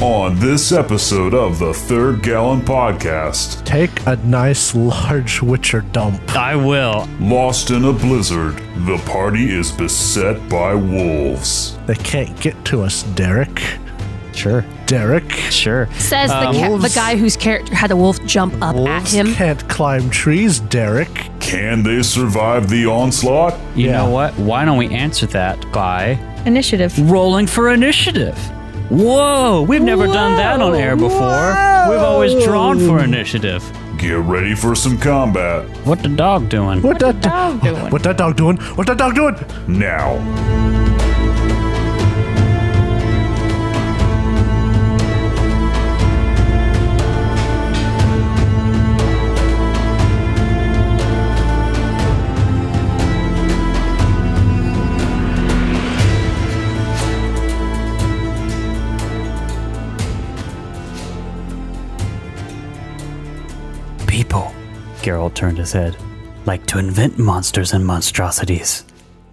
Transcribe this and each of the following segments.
On this episode of the Third Gallon Podcast, Take a nice large witcher dump. I will. lost in a blizzard, the party is beset by wolves. They can't get to us, Derek. Sure. Derek. Sure. Says the, ca- the Uh, wolves- guy whose character had the wolf jump up Wolves at him. can't climb trees, Derek. Can they survive the onslaught? You Yeah. know what? Why don't we answer that by Initiative. rolling for initiative? Whoa, we've never done that on air before. We've always drawn for initiative. Get ready for some combat What the dog doing? What, that dog doing? What that dog doing? What that dog doing? now. people. Geralt turned his head. Like to invent monsters and monstrosities.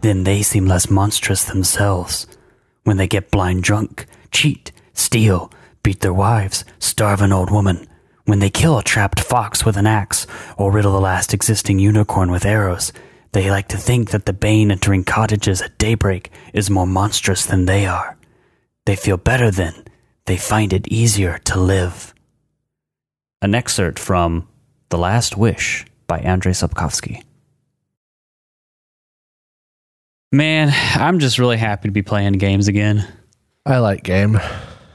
Then they seem less monstrous themselves. When they get blind drunk, cheat, steal, beat their wives, starve an old woman. When they kill a trapped fox with an axe, or riddle the last existing unicorn with arrows, they like to think that the Bane entering cottages at daybreak is more monstrous than they are. They feel better then. They find it easier to live. An excerpt from The Last Wish by Andrei Sapkovsky. Man, I'm just really happy to be playing games again. I like game.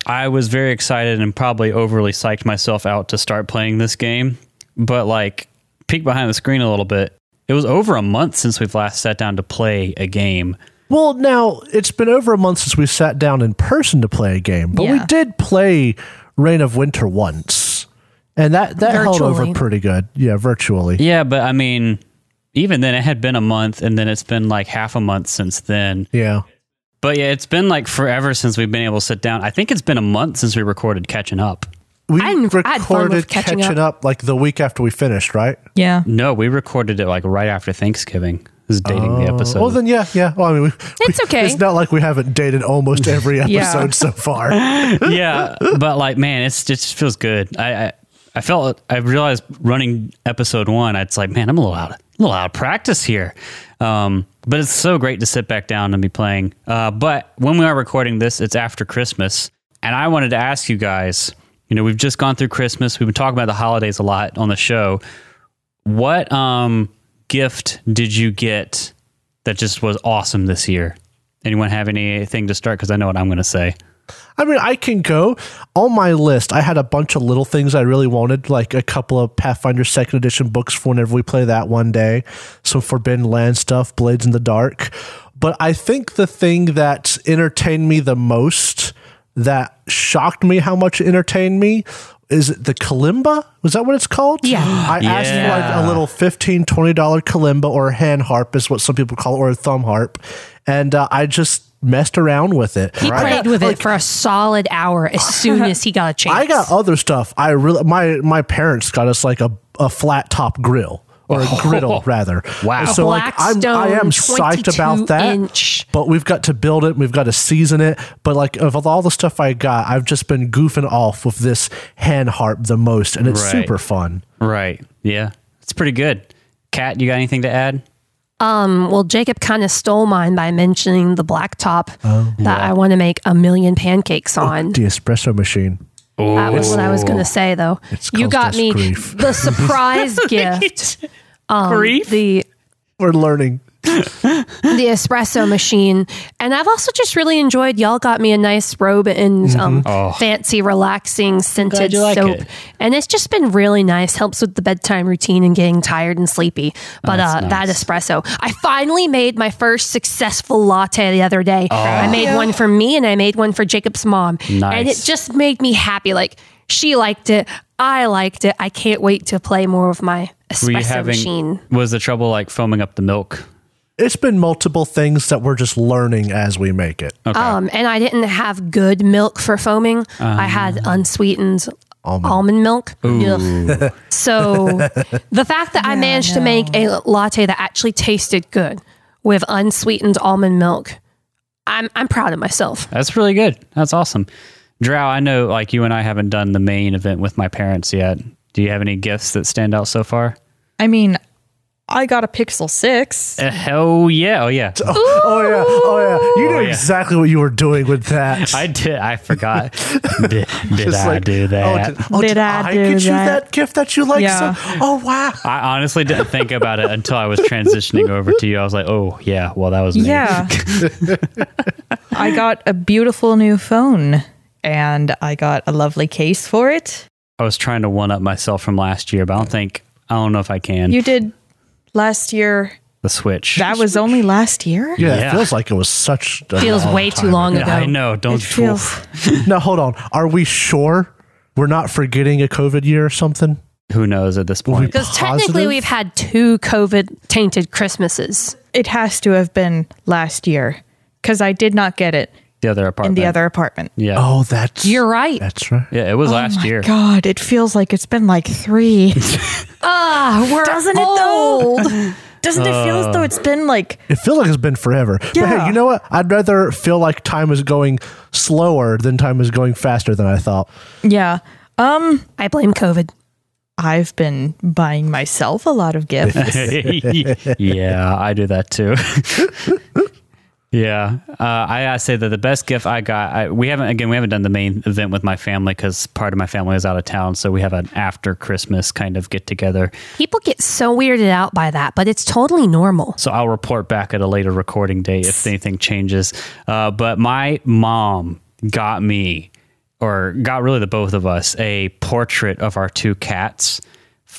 I was very excited and probably overly psyched myself out to start playing this game, but like peek behind the screen a little bit. It was over a month since we've last sat down to play a game. Well, now it's been over a month since we sat down in person to play a game, but we Yeah. did play Reign of Winter once, and that that held over Virtually. pretty good. Yeah, virtually. Yeah, but I mean, even then, it had been a month, and then it's been like half a month since then. Yeah. But yeah, it's been like forever since we've been able to sit down. I think it's been a month since we recorded catching up. We I didn't- I had fun with recorded catching catching up like the week after we finished, right? Yeah. No, we recorded it like right after Thanksgiving. This is dating the episode. Well, then, yeah, yeah. Well, I mean, we, It's we- okay. It's not like we haven't dated almost every episode Yeah. so far. yeah, but like, man, it's it just feels good. I, I I felt I realized running episode one, it's like, man, I'm a little out, a little out of practice here. Um, but it's so great to sit back down and be playing. Uh, but when we are recording this, it's after Christmas, and I wanted to ask you guys. You know, we've just gone through Christmas. We've been talking about the holidays a lot on the show. What um, gift did you get that just was awesome this year? Anyone have anything to start? Because I know what I'm going to say. I mean, I can go on my list. I had a bunch of little things I really wanted, like a couple of Pathfinder Second Edition books for whenever we play that one day, some Forbidden Land stuff, Blades in the Dark. But I think the thing that entertained me the most, that shocked me how much it entertained me, is it the kalimba? Was that what it's called? Yeah. I asked for like a little 15 $20 kalimba or hand harp is what some people call it, or a thumb harp. And uh, I just messed around with it. He I played got, with like, it for a solid hour as soon as he got a chance. I got other stuff. I really my my parents got us like a, a flat top grill or a griddle rather. Oh. Wow. So like I'm I am Blackstone psyched about that. 22 -inch. But we've got to build it. We've got to season it. But like of all the stuff I got, I've just been goofing off with this hand harp the most, and it's Right. super fun. Right. Yeah. It's pretty good. Kat, you got anything to add? Well, Jacob kind of stole mine by mentioning the black top Oh, that I want to make a million pancakes on. The espresso machine. That was what I was going to say, though. It's you caused got us me grief. the surprise gift. Um, Grief? The We're learning. the espresso machine, and I've also just really enjoyed. Y'all got me a nice robe and um, fancy, relaxing scented Mm-hmm. Oh. you like soap, it. and it's just been really nice. Helps with the bedtime routine and getting tired and sleepy. Oh, But uh, that espresso, I finally made my first successful latte the other Oh. day. I made one for me and I made one for Jacob's mom, and it Nice. just made me happy. Like she liked it, I liked it. I can't wait to play more with my espresso machine. was the trouble like foaming up the milk? It's been multiple things that we're just learning as we make it. Um, and I didn't have good milk for foaming. I had unsweetened almond, milk. Ugh. So the fact that I managed to make a latte that actually tasted good with unsweetened almond milk, I'm I'm proud of myself. That's really good. That's awesome. Drow, I know like you and I haven't done the main event with my parents yet. Do you have any gifts that stand out so far? I mean, I got a Pixel 6. Uh, hell yeah. Oh yeah. Oh yeah, oh yeah. You knew exactly what you were doing with that. I did I forgot. did did It's I like, do that? Oh, did, oh, Did did I I, do get you that? that gift that you like? Yeah. So, oh wow. I honestly didn't think about it until I was transitioning over to you. I was like, oh yeah, well that was me. Yeah. I got a beautiful new phone and I got a lovely case for it. I was trying to one up myself from last year, but I don't think I don't know if I can. You did last year. the switch. That was only last year? Yeah, it Yeah. feels like it was such. a Feels long way time too long ago. ago. I know. Don't It feels Now hold on. Are we sure we're not forgetting a COVID year or something? who knows at this point. Because technically, Positive? we've had two COVID tainted Christmases. it has to have been last year cuz I did not get it The other in apartment. the other apartment. Oh Yeah. Oh, that's You're right. That's right. Yeah, it was last year. God, it feels like it's been like 3. Ah, we're Doesn't it though? old. Doesn't it feel Uh. as though it's been like It feels like it's been forever. But hey, Yeah. you know what? I'd rather feel like time is going slower than time is going faster than I thought. yeah. Um I blame COVID. I've been buying myself a lot of gifts. yeah, I do that too. yeah, uh, I, I say that the best gift I got. I, we haven't again. We haven't done the main event with my family because part of my family is out of town, so we have an after Christmas kind of get together. People get so weirded out by that, but it's totally normal. So I'll report back at a later recording date if anything changes. Uh, but my mom got me, or got really the both of us, a portrait of our two cats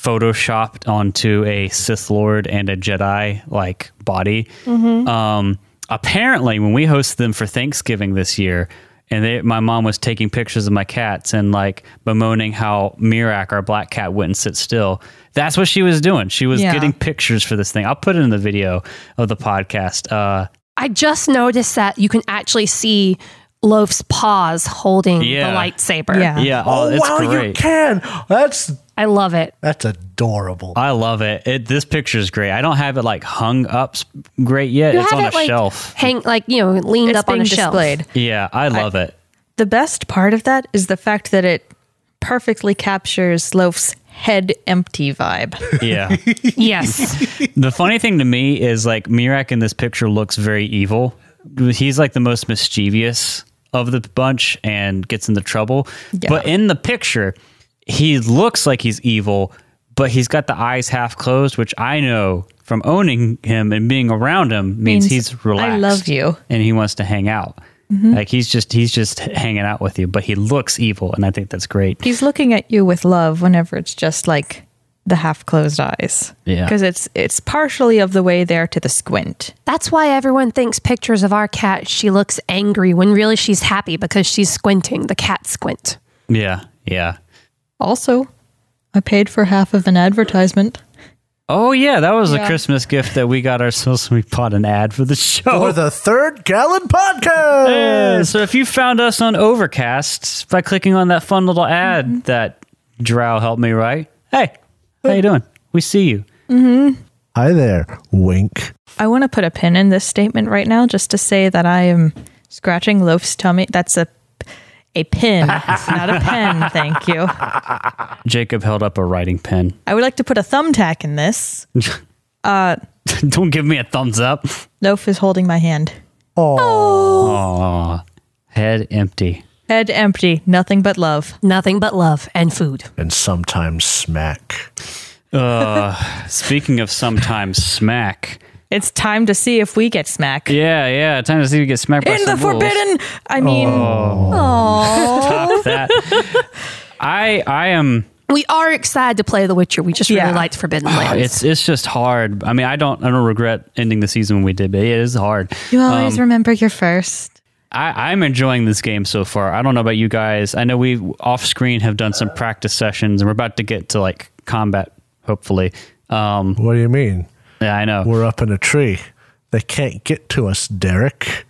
photoshopped onto a Sith Lord and a Jedi like body. Um, apparently, when we hosted them for Thanksgiving this year, and they, my mom was taking pictures of my cats and like bemoaning how Mirak, our black cat, wouldn't sit still. That's what she was doing. She was Yeah. getting pictures for this thing. I'll put it in the video of the podcast. Uh, I just noticed that you can actually see Loaf's paws holding Yeah. the lightsaber. Yeah. yeah, oh, oh it's wow, you great. can. That's I love it. that's adorable. I love it. it. This picture is great. I don't have it like hung up s- great yet. You it's have on it a like shelf. hang like you know leaned it's up on being a displayed. shelf. Yeah, I love it. The best part of that is the fact that it perfectly captures Loaf's head empty vibe. Yeah. Yes, The funny thing to me is like Mirak in this picture looks very evil. He's like the most mischievous of the bunch and gets into trouble. But in the picture, he looks like he's evil, but he's got the eyes half closed, which I know from owning him and being around him means, Means, he's relaxed. "I love you." Mm-hmm. and he wants to hang out. Like he's just he's just hanging out with you, but he looks evil, and I think that's great. He's looking at you with love whenever it's just like the half closed eyes. Yeah. Because it's it's partially of the way there to the squint. that's why everyone thinks pictures of our cat. She looks angry when really she's happy because she's squinting. The cat squint. Yeah, yeah. Also, I paid for half of an advertisement. Oh yeah, that was a Yeah. Christmas gift that we got ourselves. We bought an ad for the show. For the third gallon podcast. Yeah, so if you found us on Overcast by clicking on that fun little ad Mm-hmm. that Drow helped me write, hey, how you doing? We see you. Hi there, wink. I want to put a pin in this statement right now just to say that I am scratching Loaf's tummy. That's a a pin, not a pen. Thank you. Jacob held up a writing pen. I would like to put a thumbtack in this. Don't give me a thumbs up. Loaf is holding my hand. Aw, head empty. Head empty, nothing but love. Nothing but love and food. And sometimes smack. Speaking of sometimes smack. It's time to see if we get smack. Yeah, yeah. Time to see you get smacked by In the some wolves. forbidden. I mean, Stop that. I I am. We are excited to play The Witcher. We just Yeah. really liked Forbidden Lands. Ah, It's it's just hard. I mean, I don't I don't regret ending the season when we did, but it is hard. you Um, always remember your first. I, I'm enjoying this game so far. I don't know about you guys. I know we off screen have done some practice sessions, and we're about to get to like combat. Hopefully, um, What do you mean? yeah, I know. We're up in a tree. They can't get to us, Derek.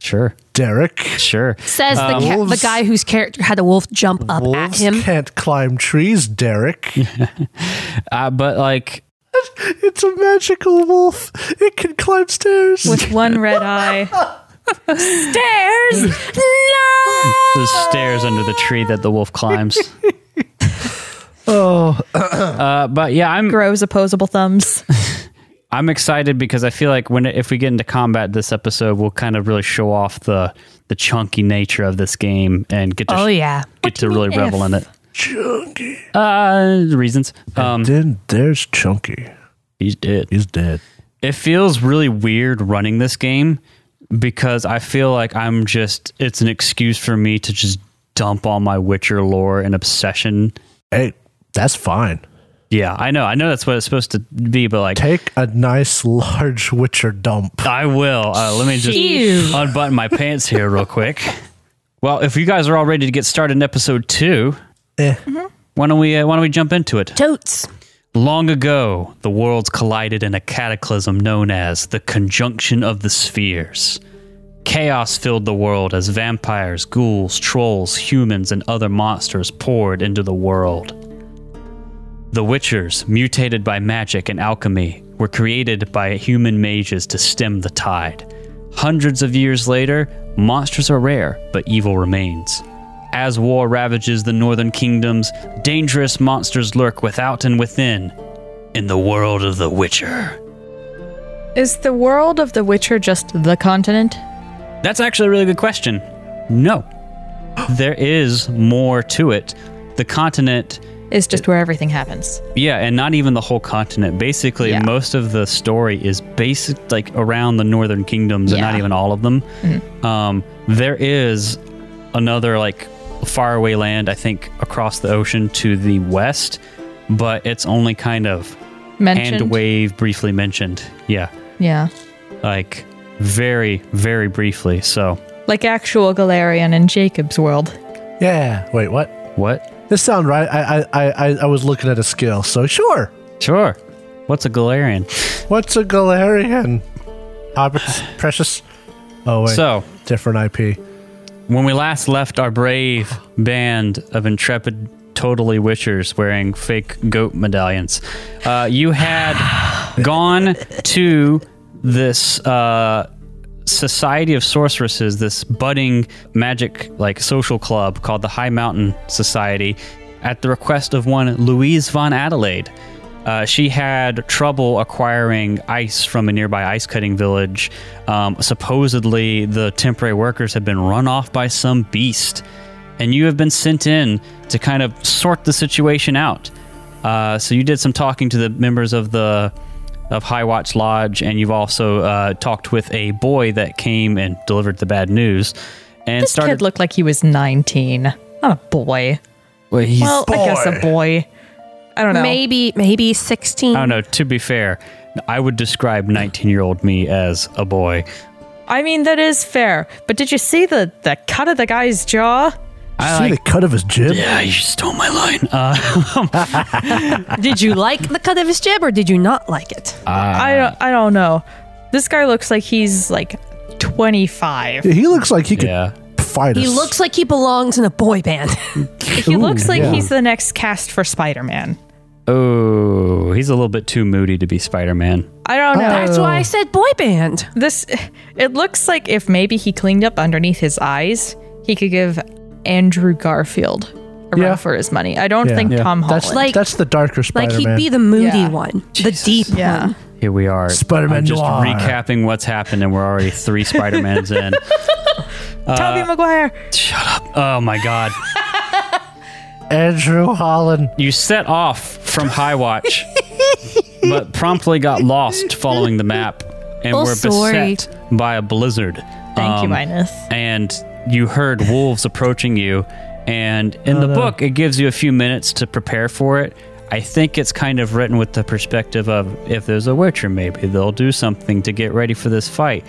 Sure, Derek. sure. Says um, the, ca- the wolves- guy whose character had a wolf jump up Wolves at him. can't climb trees, Derek. Uh, but like, it's a magical wolf. It can climb stairs. With one red eye. Stairs? No! There's stairs under the tree that the wolf climbs. Oh, Uh, but yeah, I'm Grows opposable thumbs. I'm excited because I feel like when if we get into combat this episode, we'll kind of really show off the the chunky nature of this game and get to Oh sh- yeah. get to really revel in it. Chunky. Uh, reasons. Um, Then there's Chunky. he's dead. He's dead. It feels really weird running this game because I feel like I'm just it's an excuse for me to just dump all my Witcher lore and obsession. Hey, that's fine. Yeah, I know. I know that's what it's supposed to be, but like Take a nice large Witcher dump. I will. Uh, let me just Ew. unbutton my pants here real quick. Well, if you guys are all ready to get started in episode two, Eh. Mm-hmm. why don't we uh, why don't we jump into it? Totes. Long ago, the worlds collided in a cataclysm known as the Conjunction of the Spheres. Chaos filled the world as vampires, ghouls, trolls, humans, and other monsters poured into the world. The Witchers, mutated by magic and alchemy, were created by human mages to stem the tide. Hundreds of years later, monsters are rare, but evil remains. As war ravages the northern kingdoms, dangerous monsters lurk without and within in the world of the Witcher. Is the world of The Witcher just the continent? That's actually a really good question. No. There is more to it. The continent, Is just where everything happens. yeah, and not even the whole continent. Basically, Yeah. most of the story is basic, like around the northern kingdoms, and not Yeah. Mm-hmm. even all of them. Um, there is another like faraway land, I think, across the ocean to the west, but it's only kind of Mentioned. hand wave briefly mentioned. Yeah, Yeah. like very, very briefly. So, Like actual Galarian and Jacob's world. Yeah. Wait, what? what? This sound right? I I- I, I I was looking at a skill, so sure. Sure. What's a Galarian? What's a Galarian? Hobbits, precious. Oh wait, So, different IP. when we last left our brave band of intrepid, totally witchers wearing fake goat medallions, uh, you had gone to this uh, society of sorceresses, this budding magic like social club called the High Mountain Society, at the request of one Louise von Adelaide. Uh, she had trouble acquiring ice from a nearby ice cutting village. Um, supposedly, the temporary workers had been run off by some beast, and you have been sent in to kind of sort the situation out. Uh, so you did some talking to the members of the of High Watch Lodge, and you've also uh, talked with a boy that came and delivered the bad news, and This started. kid looked like he was 19. Not a boy. well, he's- Well, I guess a boy. I don't know. Maybe maybe sixteen. I don't know. To be fair, I would describe nineteen-year-old me as a boy. I mean, that is fair. But did you see the, the cut of the guy's Uh, jaw? See the cut of his jib. Yeah, Ah, you stole my line. Uh, Did you like the cut of his jib or did you not like it? I, don't, I don't know. This guy looks like he's like 25. He looks like he could yeah. fight us. He looks like he belongs in a boy band. He looks like he's the next cast for Spider Man. Oh, he's a little bit too moody to be Spider-Man. I don't know. Uh, That's why I said boy band. This it looks like if maybe he cleaned up underneath his eyes, he could give Andrew Garfield a Yeah. run for his money. I don't Yeah. think Yeah. Tom That's Holland. Like- that's the darker Like Spider-Man. he'd be the moody Yeah. one, the deep yeah. one. Here we are. Spider-Man I'm just noir. recapping what's happened, and we're already three Spider-Mans in. Tobey Maguire. Oh my God. Andrew Holland. You set off from High Watch, but promptly got lost following the map and Oh, were sorry. beset by a blizzard. Thank you, Um, Minus. And you heard wolves approaching you. And in the book, it gives you a few minutes to prepare for it. I think it's kind of written with the perspective of if there's a Witcher, maybe they'll do something to get ready for this fight.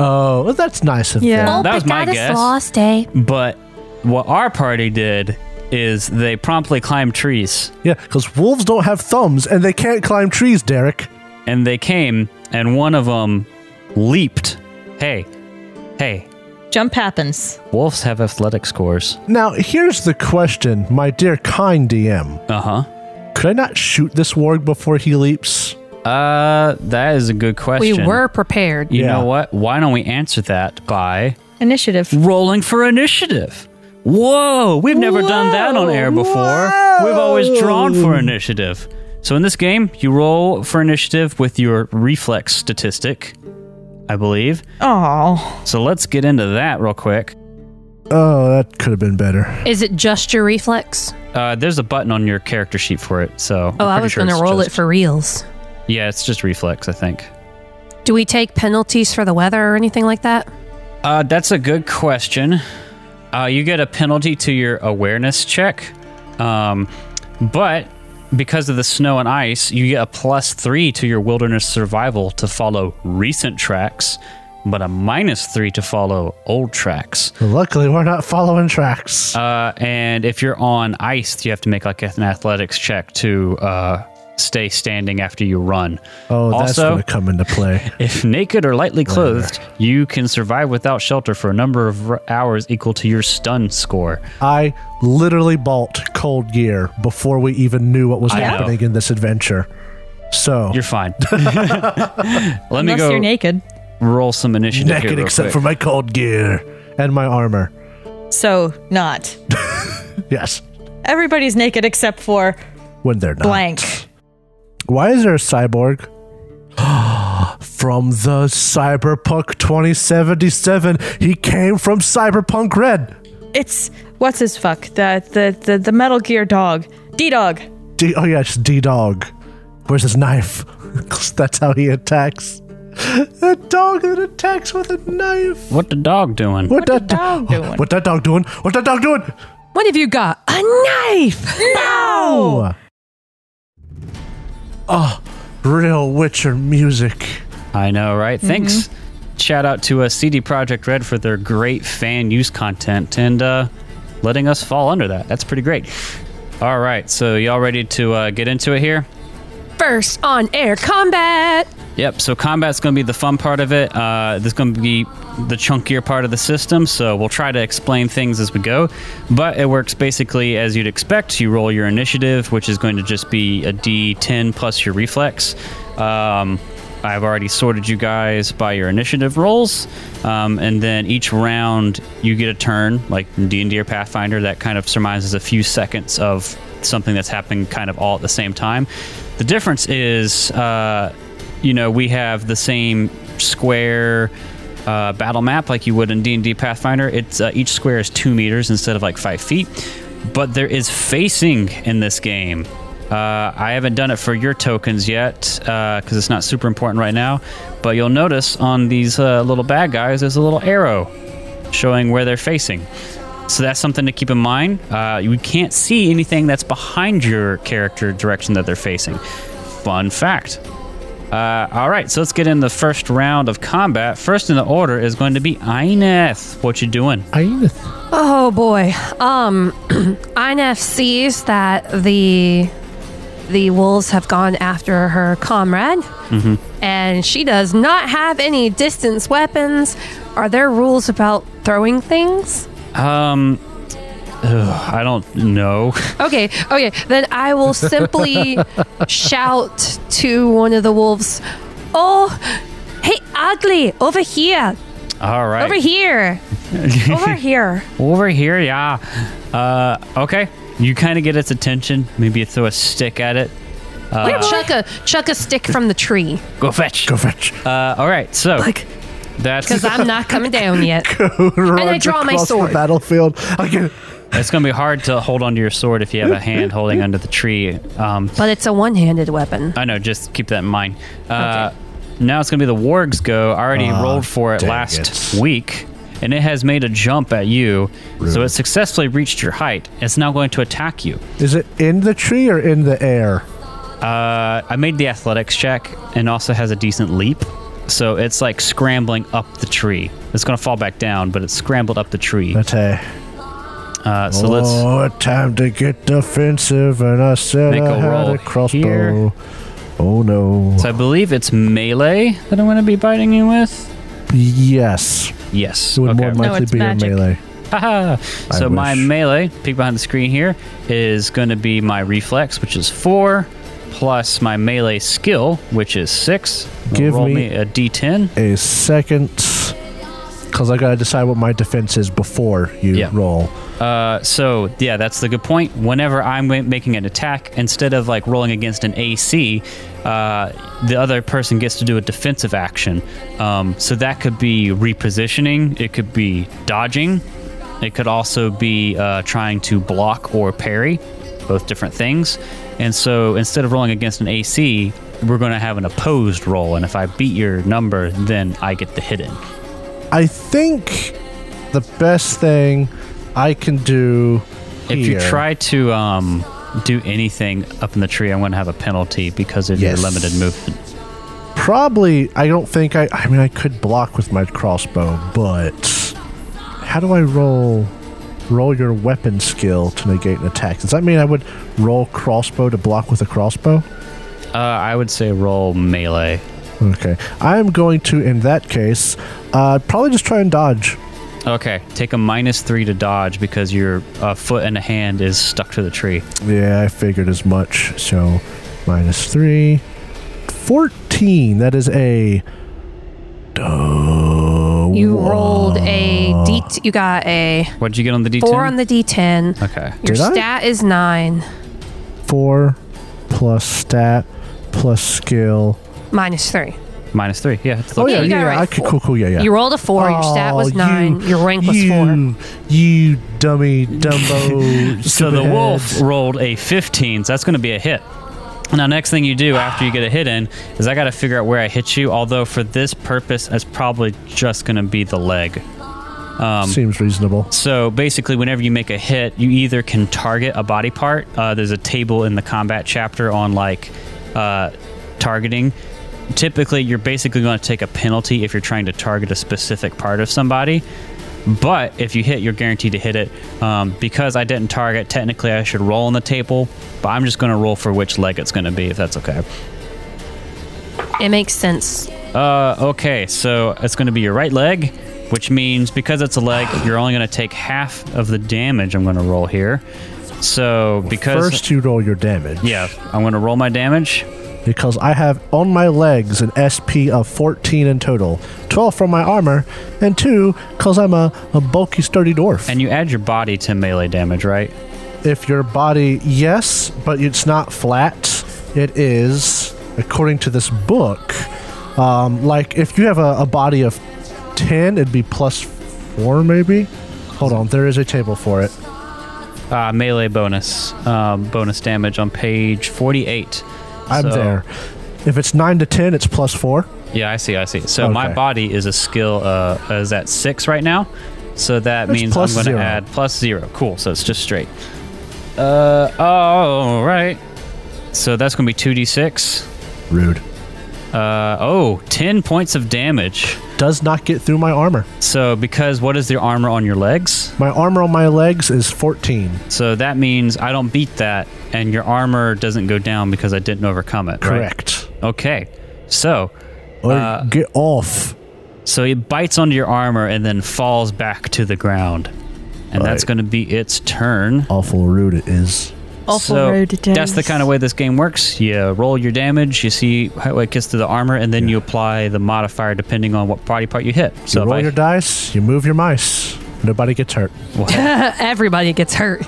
Oh, well, that's nice of Yeah. them. Oh, That was but my that is guess. lost, eh? But what our party did is they promptly climbed trees Yeah, because wolves don't have thumbs and they can't climb trees, Derek. and they came and one of them leaped hey hey Jump happens. wolves have athletic scores Now, here's the question, my dear kind DM. uh-huh Could I not shoot this warg before he leaps? uh that is a good We question were prepared. you Yeah. know what why don't we answer that by Initiative. rolling for initiative Whoa, we've never done that on air before. We've always drawn for initiative. So in this game, you roll for initiative with your reflex statistic, I believe. Oh, So let's get into that real quick. Oh, that could have been better. Is it just your reflex? Uh, there's a button on your character sheet for it. So Oh, I was going to roll it for reals. for. Yeah, it's just reflex, I think. Do we take penalties for the weather or anything like that? Uh, that's a good question. Uh, you get a penalty to your awareness check, um, but because of the snow and ice, you get a plus three to your wilderness survival to follow recent tracks, but a minus three to follow old tracks. Luckily, we're not following tracks. Uh, and if you're on ice, you have to make like an athletics check to uh, stay standing after you run. oh, that's also- going to come into play. If naked or lightly clothed, you can survive without shelter for a number of r- hours equal to your stun score. I literally bought cold gear before we even knew what was know. happening in this adventure. So, You're fine. Let me unless go you're naked. roll some initiative. here naked real except for quick. my cold gear and my armor. So not. Yes, Everybody's naked except for Ah. when they're not. blank. Why is there a cyborg? from the Cyberpunk 2077. He came from Cyberpunk Red. It's what's his fuck the the the, the Metal Gear dog D dog. D- oh, yeah, it's D Dog. Where's his knife? 'Cause That's how he attacks. A dog that attacks with a knife. What the dog doing? What, the that do- oh, dog doing? What that dog doing? What that dog doing? What have you got? A knife! No. Oh, Ah, real Witcher music. I know, Mm-hmm. right? Thanks. Shout out to uh, CD Project Red for their great fan use content and uh, letting us fall under that. That's pretty great. All right, so y'all ready to uh, get into it here? First on air combat! Yep. So combat's going to be the fun part of it. Uh, this is going to be the chunkier part of the system. So we'll try to explain things as we go, but it works basically as you'd expect. You roll your initiative, which is going to just be a D10 plus your reflex. Um, I've already sorted you guys by your initiative rolls, um, and then each round you get a turn, like in D and D or Pathfinder. That kind of surmises a few seconds of something that's happening, kind of all at the same time. The difference is. Uh, you know we have the same square uh, battle map like you would in d&d pathfinder it's uh, each square is two meters instead of like five feet but there is facing in this game uh, i haven't done it for your tokens yet because it's not super important right now but you'll notice on these uh, little bad guys there's a little arrow showing where they're facing so that's something to keep in mind. Uh, you can't see anything that's behind your character direction that they're facing. Fun fact. Uh, all right, so let's get in the first round of combat. First in the order is going to be Eineth. What you doing? Oh boy. Um Inef sees that the the wolves have gone after her comrade. And she does not have any distance weapons. Are there rules about throwing things? Um, ugh, I don't know. Okay, okay. Then I will simply shout to one of the wolves, "Oh, hey, ugly, over here, All right, over here, over here." Over here, yeah. Uh, okay, you kind of get its attention. Maybe you throw a stick at it. chuck a chuck a stick from the tree Go fetch. Go fetch. Uh, all right, so that's because I'm not coming down yet. and I draw my sword. The battlefield. I can- it's going to be hard to hold onto your sword if you have a hand holding under the tree. Um, But it's a one-handed weapon. I know. Just keep that in mind. Uh, Now it's going to be the wargs go. I already rolled for Ah, it dang last it. week, and it has made a jump at you. So it successfully reached your height. It's now going to attack you. Is it in the tree or in the air? Uh, I made the athletics check, and also has a decent leap. So it's like scrambling up the tree. It's going to fall back down, but it's scrambled up the tree. Okay. Uh, so let's. Oh, it's time to get defensive, and I said Make I a had roll a crossbow. here. Oh no. So I believe it's melee that I'm going to be biting you with. Yes. Yes. It would more okay. No, likely it's be magic. a melee. Haha. so my wish. melee, peek behind the screen here, is going to be my reflex, which is four, plus my melee skill, which is six. Now Give roll me- me a d10. A second, because I gotta decide what my defense is before you Yeah. roll. Uh, so yeah, that's the good point. Whenever I'm ma- making an attack, instead of like rolling against an AC, uh, the other person gets to do a defensive action. Um, so that could be repositioning. It could be dodging. It could also be uh, trying to block or parry, both different things. And so instead of rolling against an AC, we're going to have an opposed roll. And if I beat your number, then I get the hidden. I think the best thing I can do. If you here- try to um, do anything up in the tree, I'm going to have a penalty because of Yes. your limited movement. probably I don't think I. I mean, I could block with my crossbow, but how do I roll? Roll your weapon skill to negate an attack. Does that mean I would roll crossbow to block with a crossbow? Uh, I would say roll melee. Okay, I am going to in that case uh, probably just try and dodge. Okay, take a minus three to dodge because your uh, foot and a hand is stuck to the tree. Yeah, I figured as much. So minus three. 14. That is a. Oh, You rolled a D. You got a What'd you get on the d10? four on the D10. okay. Your Did I? stat is nine four plus stat plus skill. minus three. Minus three. Yeah. It's Oh like- yeah, you yeah. got it right. I could, Four. cool, cool, yeah, yeah. You rolled a four. your stat was Oh, nine. you- your rank was you, four. You dummy Dumbo. So the stupid wolf heads. rolled a 15, so that's going to be a hit. Now, next thing you do after you get a hit in is I got to figure out where I hit you. Although for this purpose, it's probably just going to be the leg. um, seems reasonable. So basically, whenever you make a hit, you either can target a body part. Uh, there's a table in the combat chapter on like uh, targeting. Typically, you're basically going to take a penalty if you're trying to target a specific part of somebody. But if you hit, you're guaranteed to hit it. Um, because I didn't target, technically I should roll on the table, but I'm just going to roll for which leg it's going to be, if that's okay. It makes sense. Uh, okay, so it's going to be your right leg, which means because it's a leg, you're only going to take half of the damage I'm going to roll here. So because First, you roll your damage. yeah, I'm going to roll my damage. Because I have on my legs an SP of 14 in total 12 from my armor, and 2 because I'm a, a bulky, sturdy dwarf. And you add your body to melee damage, right? if your body, yes, but it's not flat. It is, according to this book, um, like if you have a, a body of 10, it'd be plus 4, maybe? Hold on, there is a table for it. Uh, melee bonus, um, bonus damage on page 48. I'm So- there. If it's 9 to 10, it's plus 4. Yeah, I see, I see. So my Okay. body is a skill, uh, is at six right now. So that That's means I'm plus going to zero. add plus zero. Cool. So it's just straight. Uh, all right. So that's going to be 2d6. Rude. Uh, oh, 10 points of damage. Does not get through my armor. So because what is the armor on your legs? My armor on my legs is 14. So that means I don't beat that, and your armor doesn't go down because I didn't overcome it. right? Correct. Okay. So Or Uh, get off. So it bites onto your armor and then falls back to the ground. And that's Right. going to be its turn. Awful rude it is. Awful so rude, James. that's the kind of way this game works. You roll your damage, you see how it gets to the armor, and then you apply the modifier depending on what body part you hit. So you if roll I- your dice, you move your mice. Nobody gets hurt. Everybody gets hurt.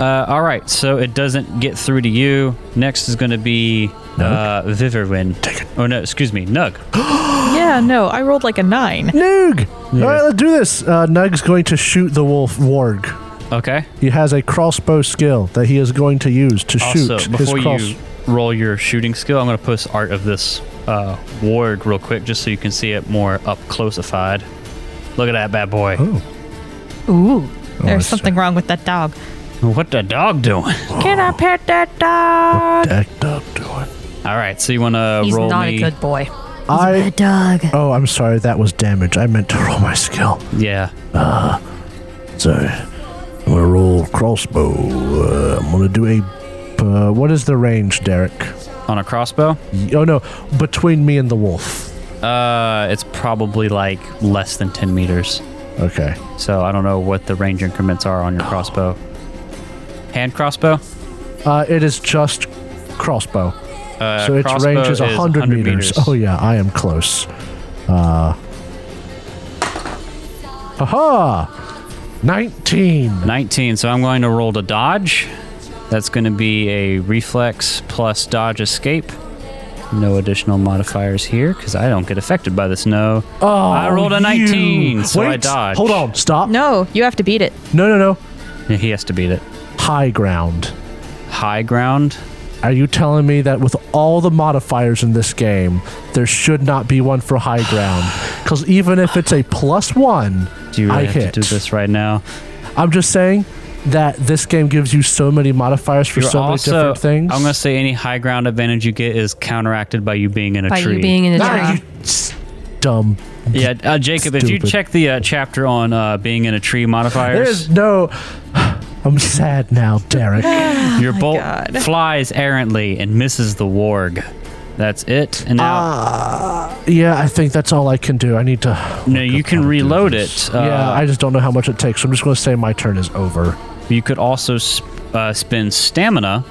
uh, all right, so it doesn't get through to you. Next is going to be uh, Viverwin. Oh no, excuse me, Nug. yeah, no, I rolled like a nine. Nug! All right, let's do this. Uh, Nug's going to shoot the wolf warg. Okay. He has a crossbow skill that he is going to use to Also, shoot his before cross. you roll your shooting skill, I'm going to post art of this uh, ward real quick just so you can see it more up closeified. Look at that bad boy. Ooh, Oh, that's- there's something wrong with that dog. What the dog doing? Can I pet that dog? Act up, do it. All right, so you want Uh, to He's roll not me? a good boy. I Doug. oh, I'm sorry. That was damage. I meant to roll my skill. Yeah. Sorry. I'm gonna roll crossbow. Uh, I'm gonna do a. Uh, what is the range, Derek? On a crossbow? Oh no, between me and the wolf. Uh, it's probably like less than 10 meters. Okay. So I don't know what the range increments are on your crossbow. Hand crossbow? Uh, it is just crossbow. Uh, so its crossbow range is is 100, meters. Oh yeah, I am close. Uh. Haha! Nineteen. 19. So I'm going to roll to dodge. That's going to be a reflex plus dodge escape. No additional modifiers here because I don't get affected by the snow. Oh, I rolled a 19, You- so I Wait, dodge. Hold on. Stop. No. No, you have to beat it. no, no, no. Yeah, He has to beat it. High ground. High ground. Are you telling me that with all the modifiers in this game, there should not be one for high ground? Because even if it's a plus one, Do you I really have hit. to do this right now? I'm just saying that this game gives you so many modifiers for You're so also- many different things. I'm going to say any high ground advantage you get is counteracted by you being in a by tree. you being in a Ah, tree. you s- dumb. yeah, uh, Jacob, if you Stupid. check the uh, chapter on uh, being in a tree modifiers, There's no. I'm sad now, Derek. Oh Your bolt God. flies errantly and misses the warg. That's it. And Ah. now, Uh, yeah, I think that's all I can do. I need to. no, Ah. you can reload it. Uh, yeah, I just don't know how much it takes. So I'm just going to say my turn is over. you could also sp- uh, spend stamina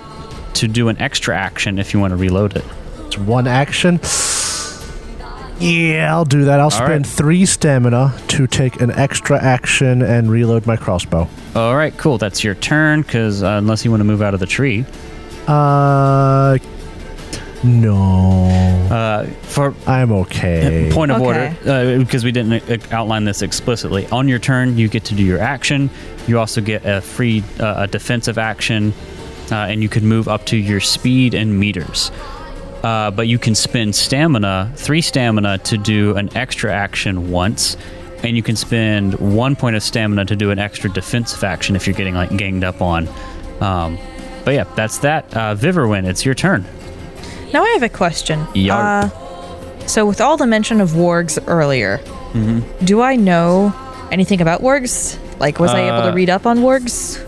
to do an extra action if you want to reload it. It's one action. Yeah, I'll do that. I'll spend right. three stamina to take an extra action and reload my crossbow. All right, cool. That's your turn, because uh, unless you want to move out of the tree, Uh, no, uh, for I'm okay. point of Okay. order, because we didn't uh, outline this explicitly. On your turn, you get to do your action. You also get a free uh, a defensive action, uh, and you can move up to your speed and meters. Uh, but you can spend stamina, three stamina, to do an extra action once, and you can spend one point of stamina to do an extra defensive action if you're getting like ganged up on. Um, but yeah, that's that. Uh, Viverwin, it's your turn. Now I have a question. Yarp. Uh, so with all the mention of wargs earlier, Mm-hmm. do I know anything about wargs? Like, was I able to Uh, read up on wargs?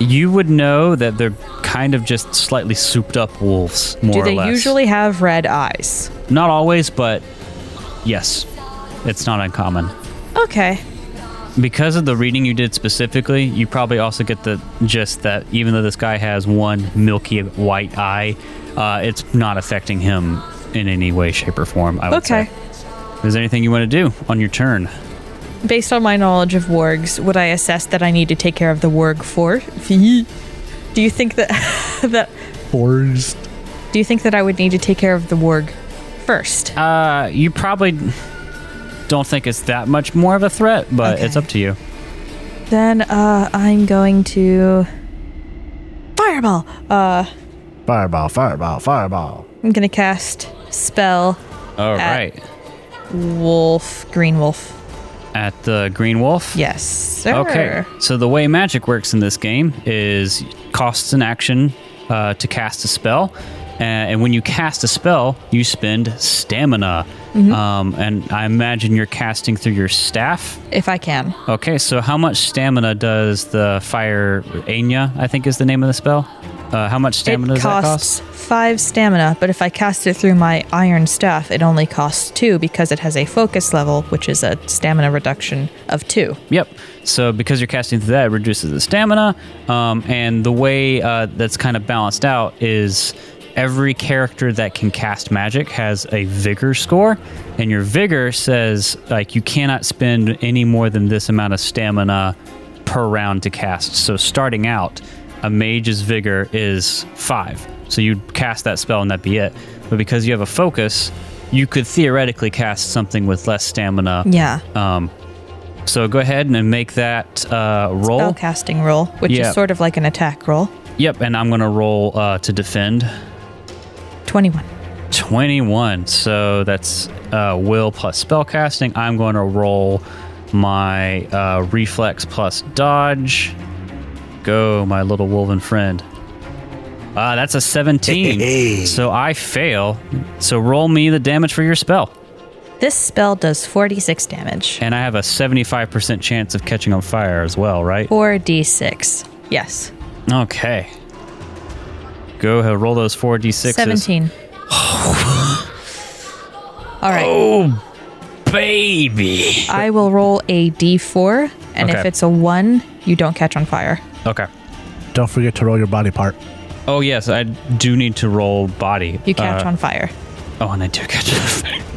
You would know that they're kind of just slightly souped up wolves, more Do or they less. usually have red eyes? Not always, but yes, it's not uncommon. Okay. Because of the reading you did specifically, you probably also get the gist that even though this guy has one milky white eye, uh, it's not affecting him in any way, shape, or form. I would Okay. say. Is there anything you want to do on your turn? Based on my knowledge of wargs, would I assess that I need to take care of the warg for? Do you think that that Forced. do you think that I would need to take care of the warg first? Uh, you probably don't think it's that much more of a threat, but it's Okay. up to you. Then uh, I'm going to fireball. Uh, Fireball, fireball, fireball. I'm gonna cast spell All right. At- wolf green wolf. At the Green Wolf? Yes. Sir. Okay. So the way magic works in this game is costs an action uh, to cast a spell, uh, and when you cast a spell, you spend stamina. Mm-hmm. Um, and I imagine you're casting through your staff. If I can. Okay. So how much stamina does the fire Anya? I think is the name of the spell. Uh, how much stamina it does that cost? costs five stamina, but if I cast it through my iron staff, it only costs two because it has a focus level, which is a stamina reduction of two. Yep. So because you're casting through that, it reduces the stamina. Um, and the way uh, that's kind of balanced out is every character that can cast magic has a vigor score, and your vigor says like you cannot spend any more than this amount of stamina per round to cast. So starting out, a mage's vigor is five. So you'd cast that spell and that'd be it. But because you have a focus, you could theoretically cast something with less stamina. Yeah. Um, so go ahead and make that uh, roll. Spell casting roll, which Yeah. is sort of like an attack roll. Yep, and I'm going to roll uh, to defend. 21. 21. So that's uh, will plus spell casting. I'm going to roll my uh, reflex plus dodge. Go, my little wolven friend. Ah, that's a 17. so I fail. So roll me the damage for your spell. This spell does 46 damage. And I have a 75% chance of catching on fire as well, right? 4d6. Yes. Okay. Go ahead, roll those four d6s. 17. All right. Oh, Baby. I will roll a d4, and if Okay. it's a 1, you don't catch on fire. Okay. Don't forget to roll your body part. Oh yes, I do need to roll body. Uh, You catch on fire. Oh, and I do catch.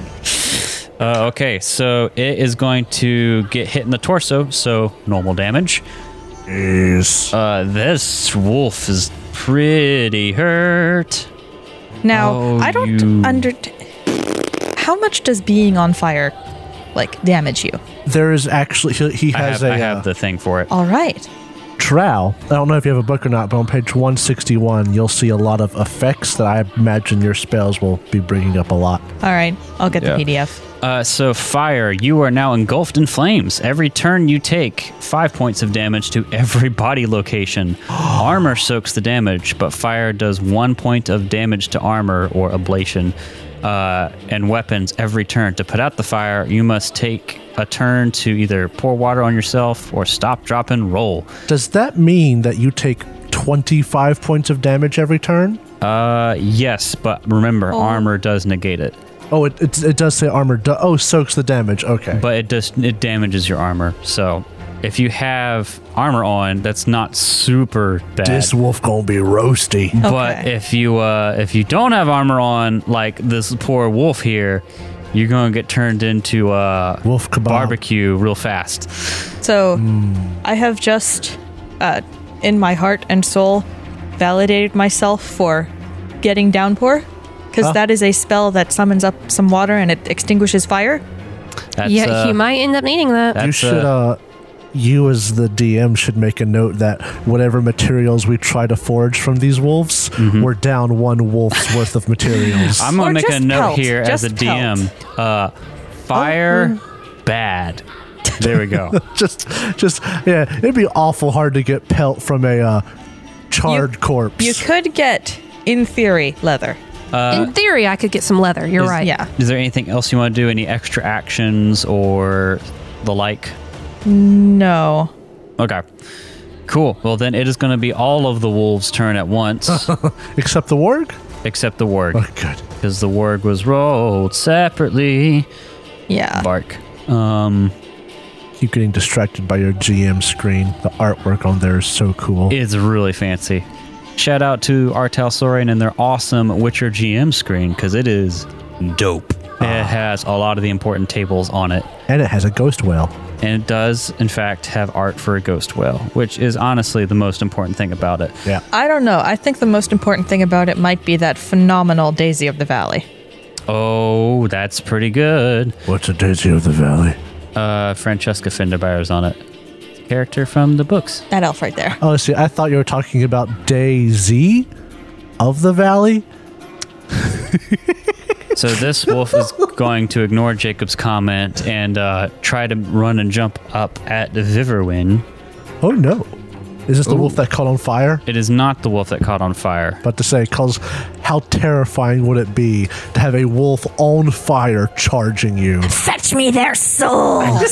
Uh, okay, so it is going to get hit in the torso, so normal damage. Jeez. Uh, this wolf is pretty hurt. Now, Oh, I don't you- under. How much does being on fire, like, damage you? There is actually he, he I have, has a I have uh, the thing for it. All right. trowel. I don't know if you have a book or not, but on page 161, you'll see a lot of effects that I imagine your spells will be bringing up a lot. All right. I'll get the PDF. Uh, so fire, you are now engulfed in flames. Every turn you take, five points of damage to every body location. armor soaks the damage, but fire does one point of damage to armor or ablation uh, and weapons every turn. To put out the fire, you must take a turn to either pour water on yourself or stop, drop, and roll. Does that mean that you take 25 points of damage every turn? Uh, yes, but remember, armor does negate it, Oh, it, it, it does say armor. Do- oh, soaks the damage. Okay. but it does it damages your armor. So if you have armor on, that's not super bad. this wolf gonna be roasty. But Okay. if you uh, if you don't have armor on, like this poor wolf here, you're gonna get turned into uh, Wolf kebab. barbecue real fast. So, Hmm. I have just, uh, in my heart and soul, validated myself for getting downpour, because Huh? that is a spell that summons up some water and it extinguishes fire. That's, yeah, uh, he might end up needing that. You that's, should, uh, uh, you as the DM should make a note that whatever materials we try to forage from these wolves, we're down one wolf's worth of materials. Mm-hmm. I'm gonna Or make a just note pelt, here as a just pelt. Oh, mm. DM. Uh, fire bad. There we go. just, just, yeah, it'd be awful hard to get pelt from a uh, charred corpse. You could get, in theory, leather. uh, In theory, I could get some leather. You're is- right. Yeah. Is there anything else you want to do? Any extra actions or the like? No. Okay. Cool. Well, then it is going to be all of the wolves' turn at once, Except the warg? except the warg, Oh, good. because the warg was rolled separately. Yeah. Bark. Um, Keep getting distracted by your GM screen. The artwork on there is so cool. it's really fancy. Shout out to Artel Soren and their awesome Witcher GM screen because it is dope. It has a lot of the important tables on it. and it has a ghost whale. and it does in fact have art for a ghost whale which is honestly the most important thing about it Yeah. I don't know. I think the most important thing about it might be that phenomenal Daisy of the Valley. oh that's pretty good What's a daisy of the valley? uh francesca fenderbeyer's on it character from the books That elf right there. Oh, see, I thought you were talking about Daisy of the valley. so this wolf is going to ignore jacob's comment and uh try to run and jump up at viverwin Oh no. Is this the wolf that caught on fire? it is not the wolf that caught on fire About to say, cause how terrifying would it be to have a wolf on fire charging you? Fetch me their souls!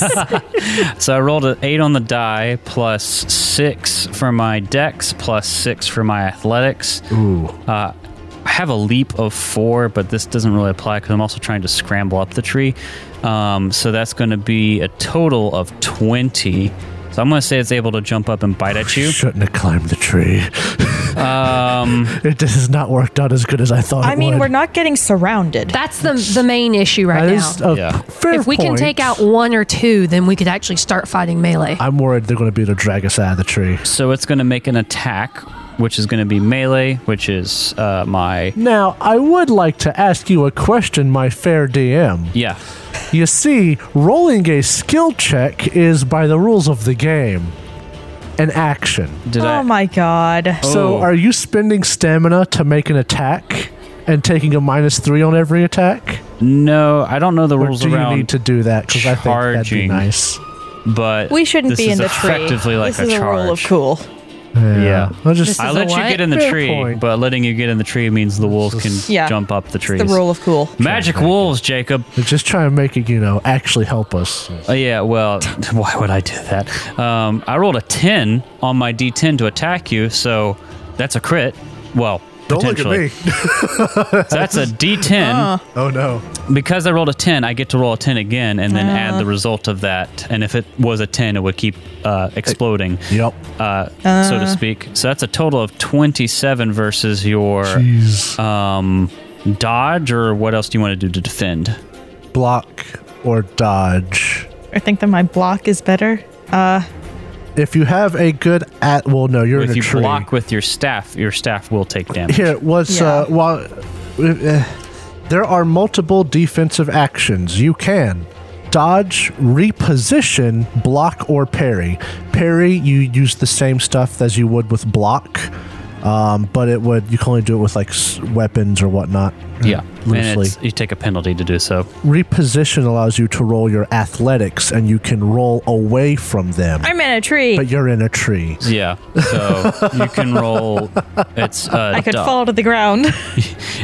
so i rolled an eight on the die plus six for my dex plus six for my athletics Ooh. Uh, I have a leap of four, but this doesn't really apply because I'm also trying to scramble up the tree. Um, so that's going to be a total of 20. So I'm going to say it's able to jump up and bite at you. Shouldn't have climbed the tree. Um, It this has not worked out as good as I Oh, thought. I it mean, would. we're not getting surrounded. That's the the main issue right That now. is a Yeah. fair if we can point. take out one or two, then we could actually start fighting melee. I'm worried they're going to be able to drag us out of the tree. so it's going to make an attack, which is going to be melee, which is uh, my. Now, I would like to ask you a question, my fair DM. Yeah. You see, rolling a skill check is, by the rules of the game, an action. Did oh I? my god. So, Oh. are you spending stamina to make an attack and taking a minus three on every attack? No, I don't know the Or rules do around. you need to do that? Because I think that'd be charging. nice. But We shouldn't this be in is the tree. effectively like this a is a charge. rule of cool. Yeah. I'll just. This I is let a you what? get in the Fair tree, point. but letting you get in the tree means the wolf can Yeah. jump up the trees. The rule of cool. Magic wolves, Jacob. just try and make it, you know, actually help us. Uh, yeah, well, why would I do that? Um, I rolled a 10 on my d10 to attack you, so that's a crit. Well, potentially. So that's a Uh. d10. Oh no. Because I rolled a 10, I get to roll a 10 again and then Uh. add the result of that. And if it was a 10, it would keep uh, exploding, Yep. uh, so to speak. So that's a total of 27 versus your Jeez. um, dodge, or what else do you want to do to defend? Block. or dodge. I think that my block is better. Uh, If you have a good at, well, no, you're in if a you tree. block with your staff, your staff will take damage. Here, what's Yeah. uh, well, uh, there are multiple defensive actions you can dodge, reposition, block, or parry. Parry, you use the same stuff as you would with block, um, but it would you can only do it with like s- weapons or whatnot. Yeah, and Loosely. it's, you take a penalty to do so. Reposition allows you to roll your athletics, and you can roll away from them. I'm in a tree. but you're in a tree. Yeah, so you can roll. It's uh, I could do- fall to the ground.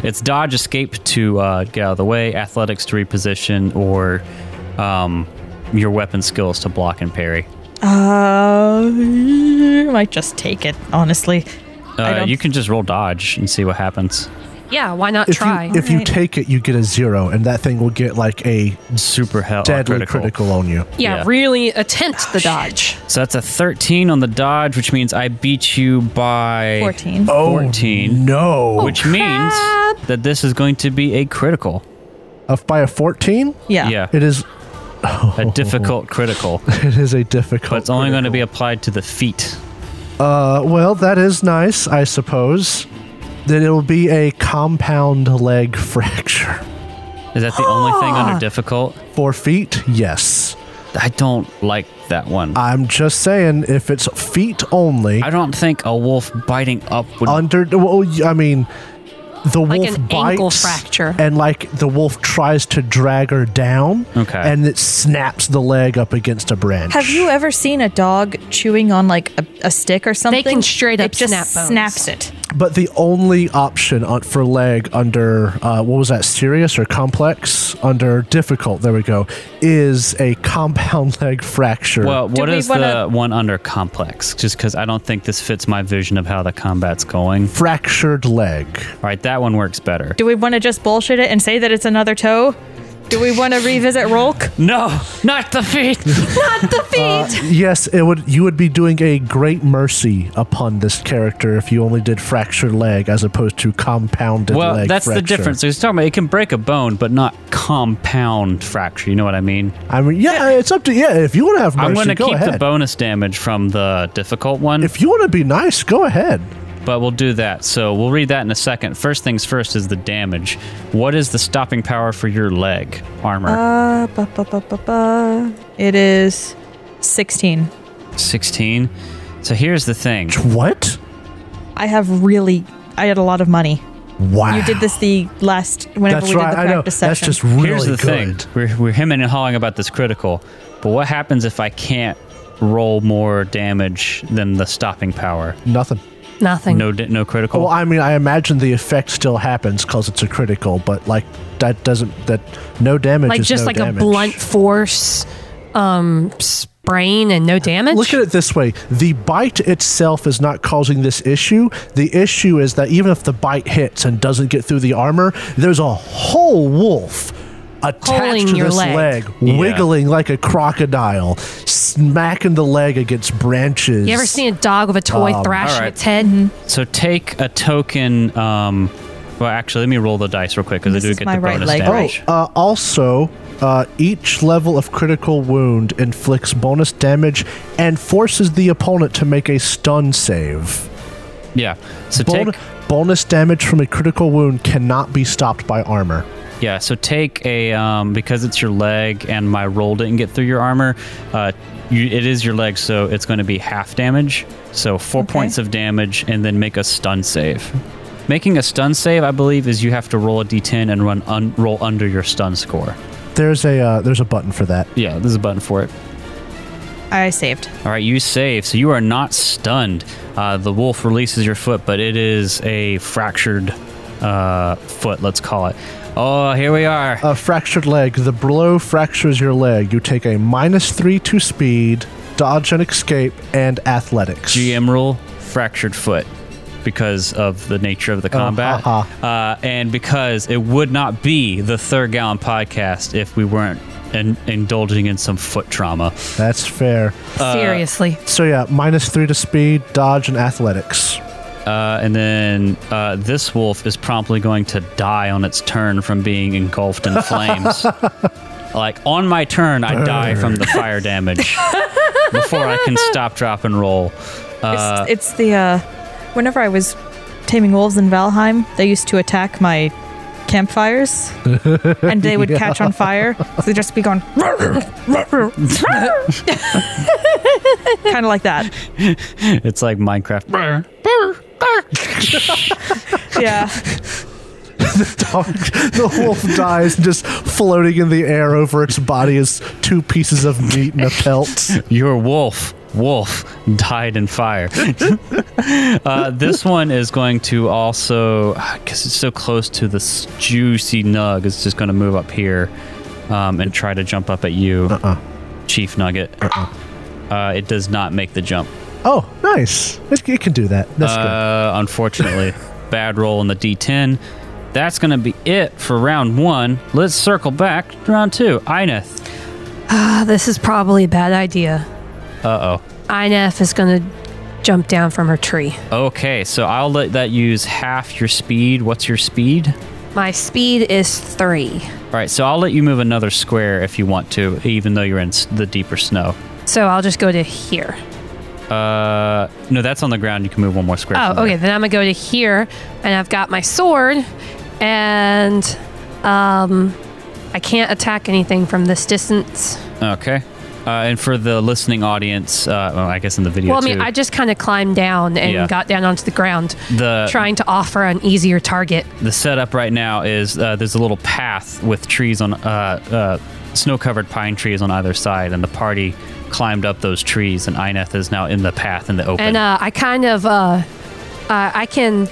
It's dodge, escape to uh, get out of the way, athletics to reposition, or um, your weapon skills to block and parry. Uh, I might just take it, honestly. I Uh, don't- you can just roll dodge and see what happens. Yeah, why not If try? you if you Alright. take it, you get a zero, and that thing will get like a Super hell deadly Oh, critical. critical on you. yeah, yeah. really attempt the dodge. So that's a 13 on the dodge, which means I beat you by 14. Oh. 14, No. Oh, which means that this is going to be a critical. Of by a 14, Yeah. Yeah, it is a difficult critical, it is a difficult. but it's only going to be applied to the feet. Uh, well, that is nice, I suppose. Then it will be a compound leg fracture. Is that the only thing under difficult? Four feet? Yes. I don't like that one. I'm just saying, if it's feet only, I don't think a wolf biting up would. under. Well, y- I mean, the Like wolf an bites ankle fracture. and like the wolf tries to drag her down. Okay. And it snaps the leg up against a branch. Have you ever seen a dog chewing on like a, a stick or something? can straight up it just snap bones. snaps it. But the only option on, for leg under uh, what was that serious or complex under difficult? There we go. Is a compound leg fracture. well, Do what we is the wanna- one under complex? Just because I don't think this fits my vision of how the combat's going. fractured leg. All right, that one works better. Do we want to just bullshit it and say that it's another toe? Do we want to revisit Rolk? No, not the feet. Yes, it would. You would be doing a great mercy upon this character if you only did fractured leg as opposed to compounded well, leg. that's the fracture. difference. So he's talking about it can break a bone, but not compound fracture. You know what I mean? I mean, yeah, it's up to yeah. If you want to have mercy, I'm going to go keep ahead. the bonus damage from the difficult one, if you want to be nice, go ahead. but we'll do that. So we'll read that in a second. First things first is the damage. What is the stopping power for your leg armor? Uh, ba, ba, ba, ba, ba. It is 16. 16. So here's the thing. What? I have really, I had a lot of money. Wow. You did this the last, whenever That's we right. did the I know. practice That's session. just really Here's the good. thing. We're, we're hemming and hawing about this critical, but what happens if I can't roll more damage than the stopping power? Nothing. Nothing. No, da- no critical. Well, I mean, I imagine the effect still happens because it's a critical, but like that doesn't that no damage like is just no like damage. a blunt force um sprain and no damage. Look at it this way: the bite itself is not causing this issue. The issue is that even if the bite hits and doesn't get through the armor, there's a whole wolf attached Pulling to your this leg. leg, Yeah. wiggling like a crocodile, smacking the leg against branches. you ever seen a dog with a toy Um, thrashing alright. its head? so take a token. Um, well, actually, let me roll the dice real quick because I This do is get my the right bonus leg, damage. right? Uh, also, uh, each level of critical wound inflicts bonus damage and forces the opponent to make a stun save. Oh. Yeah. So Bon- take bonus damage from a critical wound cannot be stopped by armor. yeah. So take a um, because it's your leg and my roll didn't get through your armor. Uh, you, it is your leg, so it's going to be half damage. So four Okay. points of damage, and then make a stun save. Making a stun save, I believe, is you have to roll a d10 and run un- roll under your stun score. There's a uh, there's a button for that. Yeah, there's a button for it. I saved. All right, you save, so you are not stunned. Uh, the wolf releases your foot, but it is a fractured uh, foot, let's call it. Oh, here we are. A fractured leg. The blow fractures your leg. You take a minus three to speed, dodge and escape, and athletics. GM rule fractured foot because of the nature of the combat. ha, Uh, and because it would not be the Third Gallon podcast if we weren't in- indulging in some foot trauma. That's fair. Uh, Seriously. So yeah, minus three to speed, dodge, and athletics. Uh, and then uh, this wolf is promptly going to die on its turn from being engulfed in flames. Like on my turn, I die from the fire damage before I can stop, drop, and roll. Uh, it's, it's the uh, whenever I was taming wolves in Valheim, they used to attack my campfires, and they would catch on fire. So they'd just be going, kind of like that. it's like Minecraft. Yeah, the wolf dies and just floating in the air over its body is two pieces of meat and a pelt. Your wolf, wolf, died in fire. uh, this one is going to also, because it's so close to this juicy nug, it's just going to move up here um, and try to jump up at you, Chief Nugget. uh it does not make the jump. Oh, nice. It, it can do that. That's Uh, unfortunately, bad roll on the D10. That's going to be it for round one. Let's circle back to round two. Ineth. Ah, this is probably a bad idea. Uh oh. Inef is going to jump down from her tree. Okay, so I'll let that use half your speed. What's your speed? My speed is three. All right, so I'll let you move another square if you want to, even though you're in s- the deeper snow. So I'll just go to here. Uh, no, that's on the ground. You can move one more square. Oh, from okay. there. Then I'm gonna go to here, and I've got my sword, and um, I can't attack anything from this distance. Okay. Uh, and for the listening audience, uh, well, I guess in the video well, too, I mean, I just kind of climbed down and Yeah. Uh, got down onto the ground, the trying to offer an easier target. the setup right now is uh, there's a little path with trees on uh, uh, snow-covered pine trees on either side, and the party climbed up those trees, and Ineth is now in the path in the open. And uh, I kind of, uh, uh, I can,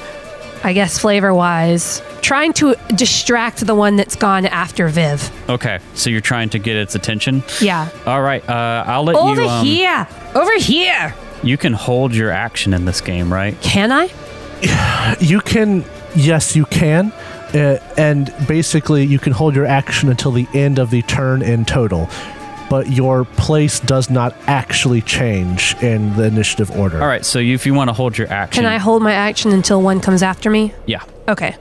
I guess, flavor wise, trying to distract the one that's gone after Viv. okay, so you're trying to get its attention. Yeah. All right, uh, I'll let Over you. Um, here. Over here. You can hold your action in this game, right? Can I? good. You can, yes, you can. Uh, and basically, you can hold your action until the end of the turn in total. But your place does not actually change in the initiative order. All right, so you, if you want to hold your action, Can I hold my action until one comes after me? Yeah, Okay.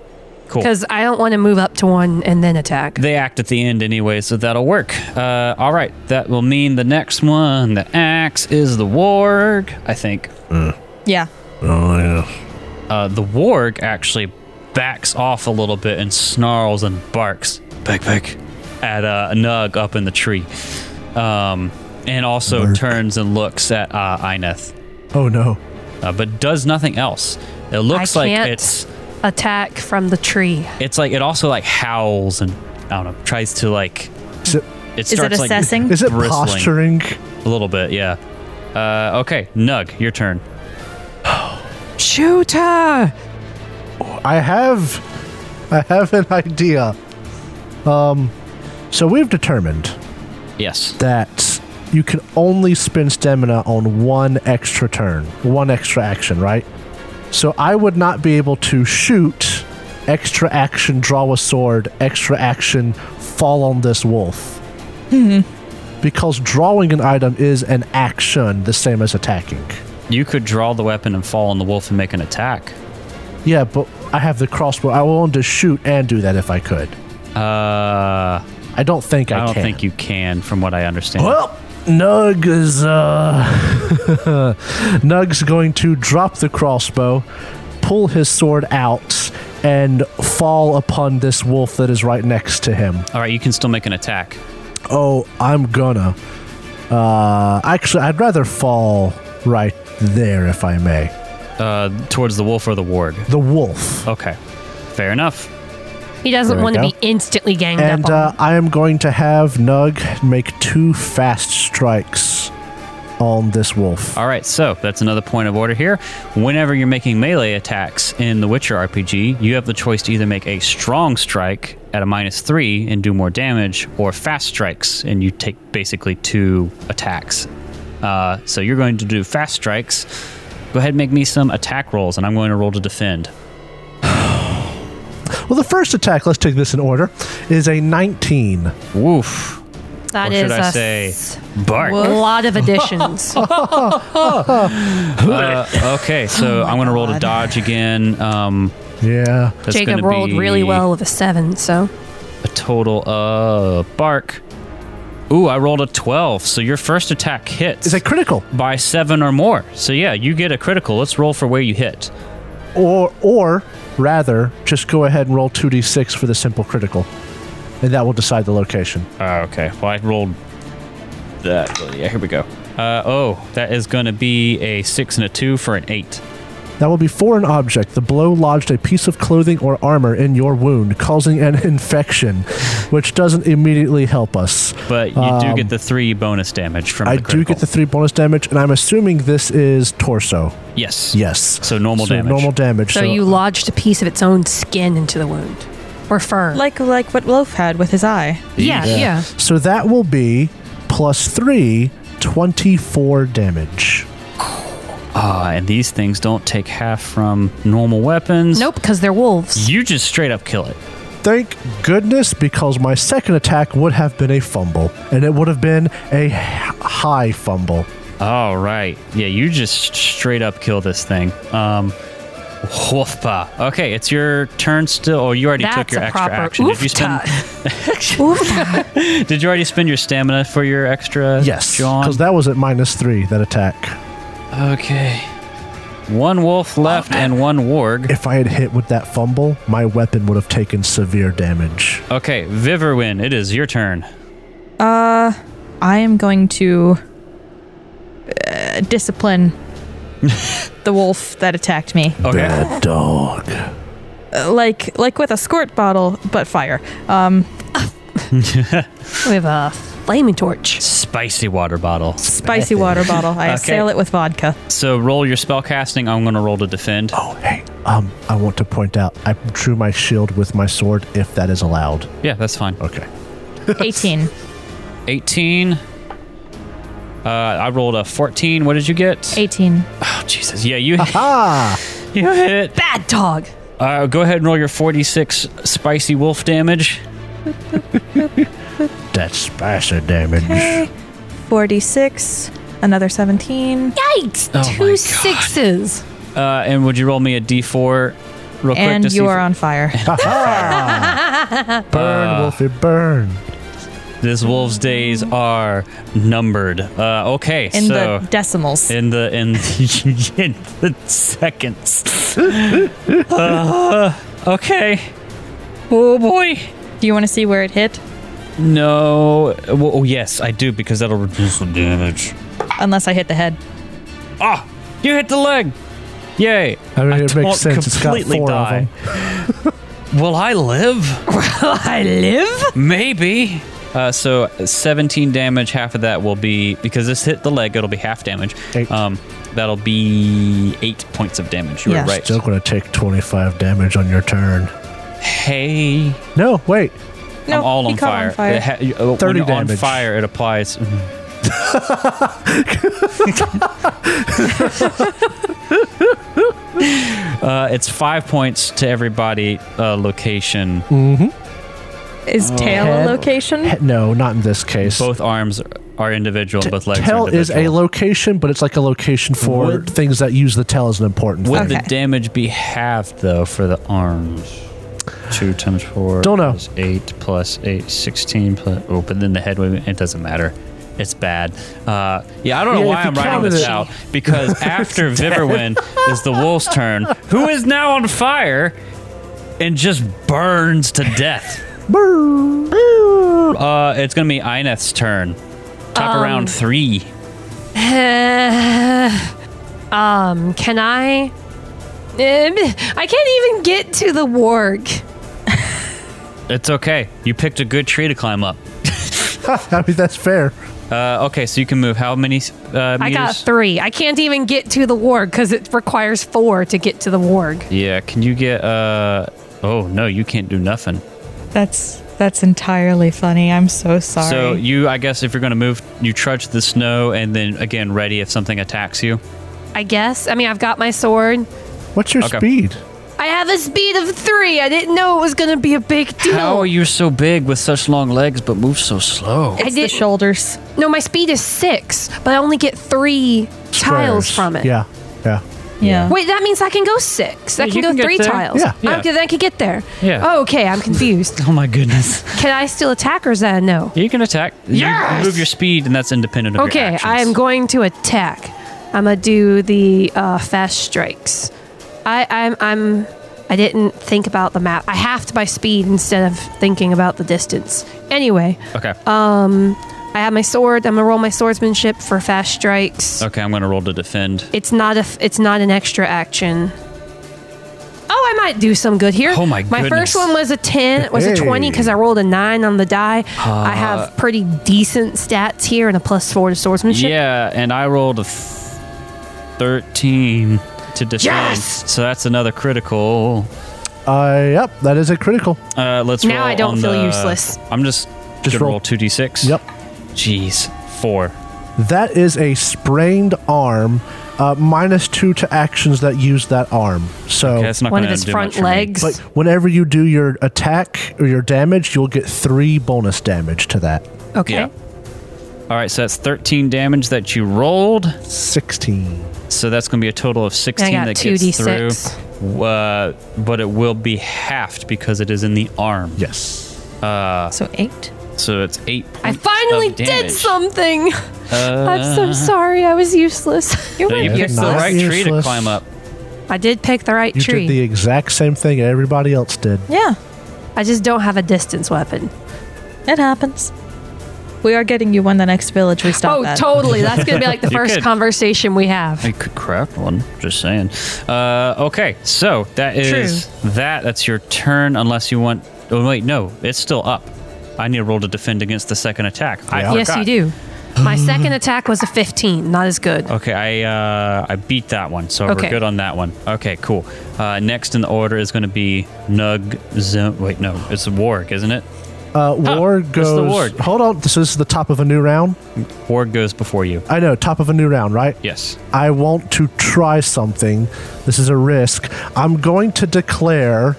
cool. Because I don't want to move up to one and then attack. they act at the end anyway, so that'll work. Uh, all right, that will mean the next one, the axe, is the warg. I think yeah. Oh, yeah. uh, the warg actually backs off a little bit and snarls and barks back back at uh, Nug up in the tree, um, and also turns and looks at uh, Ineth, Oh, no. uh, but does nothing else. It looks like can't. it's Attack from the tree. it's like it also like howls and I don't know tries to like Is it, it starts Is it like assessing? is it Bristling. posturing? a little bit yeah uh, okay Nug your turn Shooter! I have, I have an idea. Um, so we've determined yes that you can only spend stamina on one extra turn, one extra action, right? So I would not be able to shoot, extra action, draw a sword, extra action, fall on this wolf. Because drawing an item is an action, the same as attacking. you could draw the weapon and fall on the wolf and make an attack Yeah, but I have the crossbow. I want to shoot and do that if I could. uh, I don't think I, I don't can. think you can from what I understand Well, Nug is uh, Nug's going to drop the crossbow, pull his sword out, and fall upon this wolf that is right next to him. all right you can still make an attack Oh, I'm gonna. Uh, actually, I'd rather fall right there, if I may. uh, towards the wolf or the ward The wolf. okay fair enough He doesn't There we want to go. be instantly ganged And up on. uh, I am going to have Nug make two fast strikes on this wolf. all right so that's another point of order here whenever you're making melee attacks in the Witcher RPG you have the choice to either make a strong strike at a minus three and do more damage or fast strikes and you take basically two attacks uh, so you're going to do fast strikes go ahead and make me some attack rolls and I'm going to roll to defend Well, the first attack, let's take this in order, is a 19. woof that or is should I a say s- bark a lot of additions. Uh, okay, so I'm gonna roll to dodge again. Um, Yeah. that's Jacob gonna rolled be really well with a seven, so A total of bark Ooh, I rolled a 12. So your first attack hits. Is that critical? by seven or more. So yeah, you get a critical. Let's roll for where you hit. Or, or rather, just go ahead and roll 2d6 for the simple critical, and that will decide the location. Ah, okay. Well, I rolled that. Oh, Yeah, here we go. Uh, oh, that is going to be a six and a two for an eight. That will be for an object. The blow lodged a piece of clothing or armor in your wound, causing an infection, which doesn't immediately help us. But you do get the three bonus damage from. Um, I the do get the critical. three bonus damage, and I'm assuming this is torso. yes. Yes. So normal damage. Normal damage. So, uh, you lodged a piece of its own skin into the wound or fur. Like like what Loaf had with his eye. yeah, yeah. So that will be plus three, 24 damage. Ah, and these things don't take half from normal weapons. Nope, because they're wolves. You just straight up kill it. Thank goodness, because my second attack would have been a fumble, and it would have been a h- high fumble. All right. Yeah, you just straight up kill this thing. Um, Wolfpa. Okay, it's your turn still. Oh, you already took That's your a extra proper action. Did you, spend, did you already spend your stamina for your extra? Yes. John. Because that was at minus three, that attack. okay. One wolf left and one warg. If I had hit with that fumble, my weapon would have taken severe damage. Okay, Viverwin, it is your turn. Uh, I am going to uh, discipline the wolf that attacked me, Okay. Bad dog. Uh, like like with a squirt bottle, but fire. Um, We have a flaming torch. Spicy water bottle. spicy water bottle. I Okay. assail it with vodka. So roll your spell casting. I'm going to roll to defend. Oh, hey, um, I want to point out I drew my shield with my sword if that is allowed. Yeah, that's fine. Okay. Eighteen. 18. Uh, I rolled a 14. What did you get? Eighteen. Oh, Jesus. Yeah, you, Ah! you hit. Bad dog. Uh, go ahead and roll your 46 spicy wolf damage. That's spicy damage. Okay. Forty-six. Another seventeen. Yikes! Oh my Two God. sixes. Uh, and would you roll me a d4 real quick? And to see you if- are on fire. Burn, Uh, Wolfie, burn. This wolf's days are numbered. Uh, okay, In so. the decimals. in the in the, in the seconds. Uh, okay. Oh boy. Do you want to see where it hit? No. Well, oh yes, I do because that'll reduce the damage. Unless I hit the head. Ah, you hit the leg. Yay. I mean, it won't makes sense. It's got completely four of them. die. Will I live? Will I live? Maybe. Uh, so 17 damage. Half of that will be because this hit the leg. It'll be half damage. Eight. Um, that'll be eight points of damage. You were Yeah. right. Still gonna take 25 damage on your turn. hey, No, wait. No, I'm all he on caught fire. on fire. It ha- you- uh, 30 when you're on damage. fire, it applies. Mm-hmm. uh, it's five points to everybody uh, location. Oh, Is tail Head- a location? He- No, not in this case. Both arms are individual. both legs Tell are is a individual. location, but it's like a location for Would- things that use the tail as an important Would thing. the damage be halved though for the arms? Two times four. Don't know. plus eight plus eight, 16 plus. Oh, but then the head would- It doesn't matter. It's bad. Uh, yeah, I don't know Yeah, why if you I'm writing counted this it- out because after Viverwin is the wolf's turn, who is now on fire and just burns to death. Uh, it's gonna be Ineth's turn. Top around round three. um, can I? Um, I can't even get to the warg. It's okay. You picked a good tree to climb up. I mean, that's fair. Uh, okay, so you can move how many uh, meters? I got three. I can't even get to the warg because it requires four to get to the warg. Yeah, can you get uh oh no, you can't do nothing. That's that's entirely funny. I'm so sorry. So you I guess if you're gonna move you trudge the snow and then again ready if something attacks you. I guess. I mean, I've got my sword. What's your Okay. speed? I have a speed of three. I didn't know it was going to be a big deal. How are you so big with such long legs but move so slow? it's the didn't- shoulders. No, my speed is six, but I only get three tiles Squares. from it. Yeah, yeah. Yeah. Wait, that means I can go six. I Yeah, can you go can get three there. tiles. Yeah. Yeah. I'm, then I can get there. Yeah. Oh, okay. I'm confused. Oh my goodness. can I still attack or is that a no? You can attack. Yes! You move your speed, and that's independent of your Okay, actions. I am going to attack. I'm gonna do the uh, fast strikes. I, I'm I'm I didn't think about the map. I halved my speed instead of thinking about the distance. Anyway, Okay. Uh, I have my sword. I'm gonna roll my swordsmanship for fast strikes. okay, I'm going to roll to defend. It's not a f- it's not an extra action. Oh, I might do some good here. Oh my My goodness. first one was a ten. It was a twenty because I rolled a nine on the die. I Uh, have pretty decent stats here and a plus four to swordsmanship. Yeah, and I rolled a th- 13 to defend. Yes! So that's another critical. Uh, yep, that is a critical. Uh, let's Now roll I don't on feel the- useless. I'm just Just gonna roll. roll 2d6. Yep. Jeez. 4. That is a sprained arm, uh, minus two to actions that use that arm. So, Okay, that's not One of gonna his do much front for me. legs. like, whenever you do your attack or your damage, you'll get three bonus damage to that. okay. Yeah. All right, so that's 13 damage that you rolled. 16. So that's going to be a total of 16 got that 2d6. gets through. Uh, but it will be halved because it is in the arm. Yes. So eight. So it's 8 points I finally of did damage. something. I'm so sorry. I was useless. You're So you right. picked the Not right tree to useless. climb up. I did pick the right You tree. did the exact same thing everybody else did. Yeah. I just don't have a distance weapon. It happens. We are getting you one the next village we stop oh, at. totally. That's going to be like the You first could. conversation we have. I could craft one. Just saying. Uh, okay, so that is that. That's your turn, unless you want. Oh wait, no, it's still up. I need a roll to defend against the second attack. I Yeah. Yes, forgot. you do. My second attack was a 15. Not as Oh, good. Okay, I uh, I beat that one, so Okay. we're good on that one. Okay, cool. Uh, next in the order is going to be Nug. Zo- wait, no, it's Warg, isn't it? Uh, Ward it's the goes. ward. Hold on. So, this is the top of a new round? Warg goes before you. I know, top of a new round, right? Yes. I want to try something. This is a risk. I'm going to declare.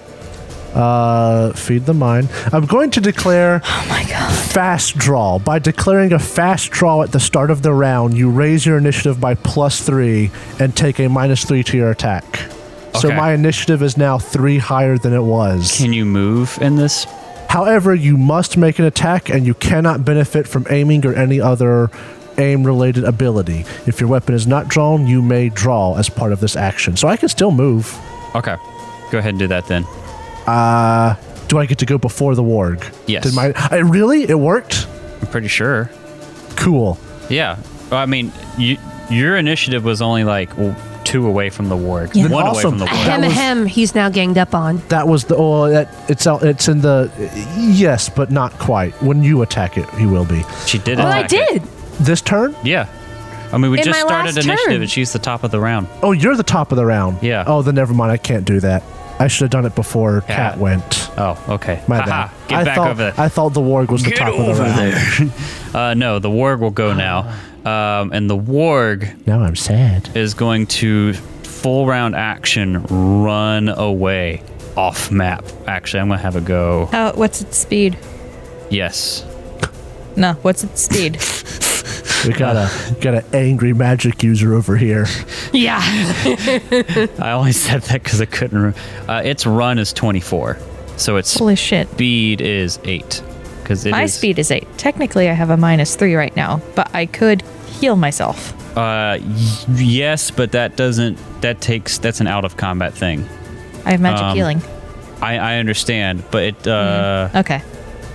Uh, feed the mind. I'm going to declare Oh my god. fast draw. By declaring a fast draw at the start of the round, you raise your initiative by plus three and take a minus three to your attack. So Okay. my initiative is now three higher than it was. Can you move in this? However, you must make an attack and you cannot benefit from aiming or any other aim related ability. If your weapon is not drawn, you may draw as part of this action. So I can still move. Okay, go ahead and do that then. Do I get to go before the warg? Yes. Did my I really? It worked? I'm pretty sure. Cool. Yeah, Well, I mean, you, your initiative was only like w- two away from the warg, Yeah. Then one away awesome. from the warg. Ahem, was- ahem. He's now ganged up on. That was the oh that it's out it's in the yes, but not quite. When you attack it, he will be. She did. Well, Oh, I attack it. did. This turn? Yeah. I mean, we In just my started last initiative, turn. and she's the top of the round. Oh, you're the top of the round. Yeah. Oh, then never mind. I can't do that. I should have done it before Cat went. Oh, okay. My Haha, bad. Get I back thought, over there. I thought the warg was the top of the round. Uh, no, the warg will Ah. go now, um, and the warg Now I'm sad. is going to full round action run away off map. Actually, I'm gonna have a go. How, what's its speed? Yes. No, what's its speed? We got a got an angry magic user over here. Yeah. I only said that because I couldn't. Re- uh, its run is 24, so its Holy shit. speed is eight. Because it My is- speed is eight. Technically, I have a minus three right now, but I could heal myself. Uh, y- yes, but that doesn't. That takes. That's an out of combat thing. I have magic Um, healing. I, I understand, but it. Uh, Mm. Okay.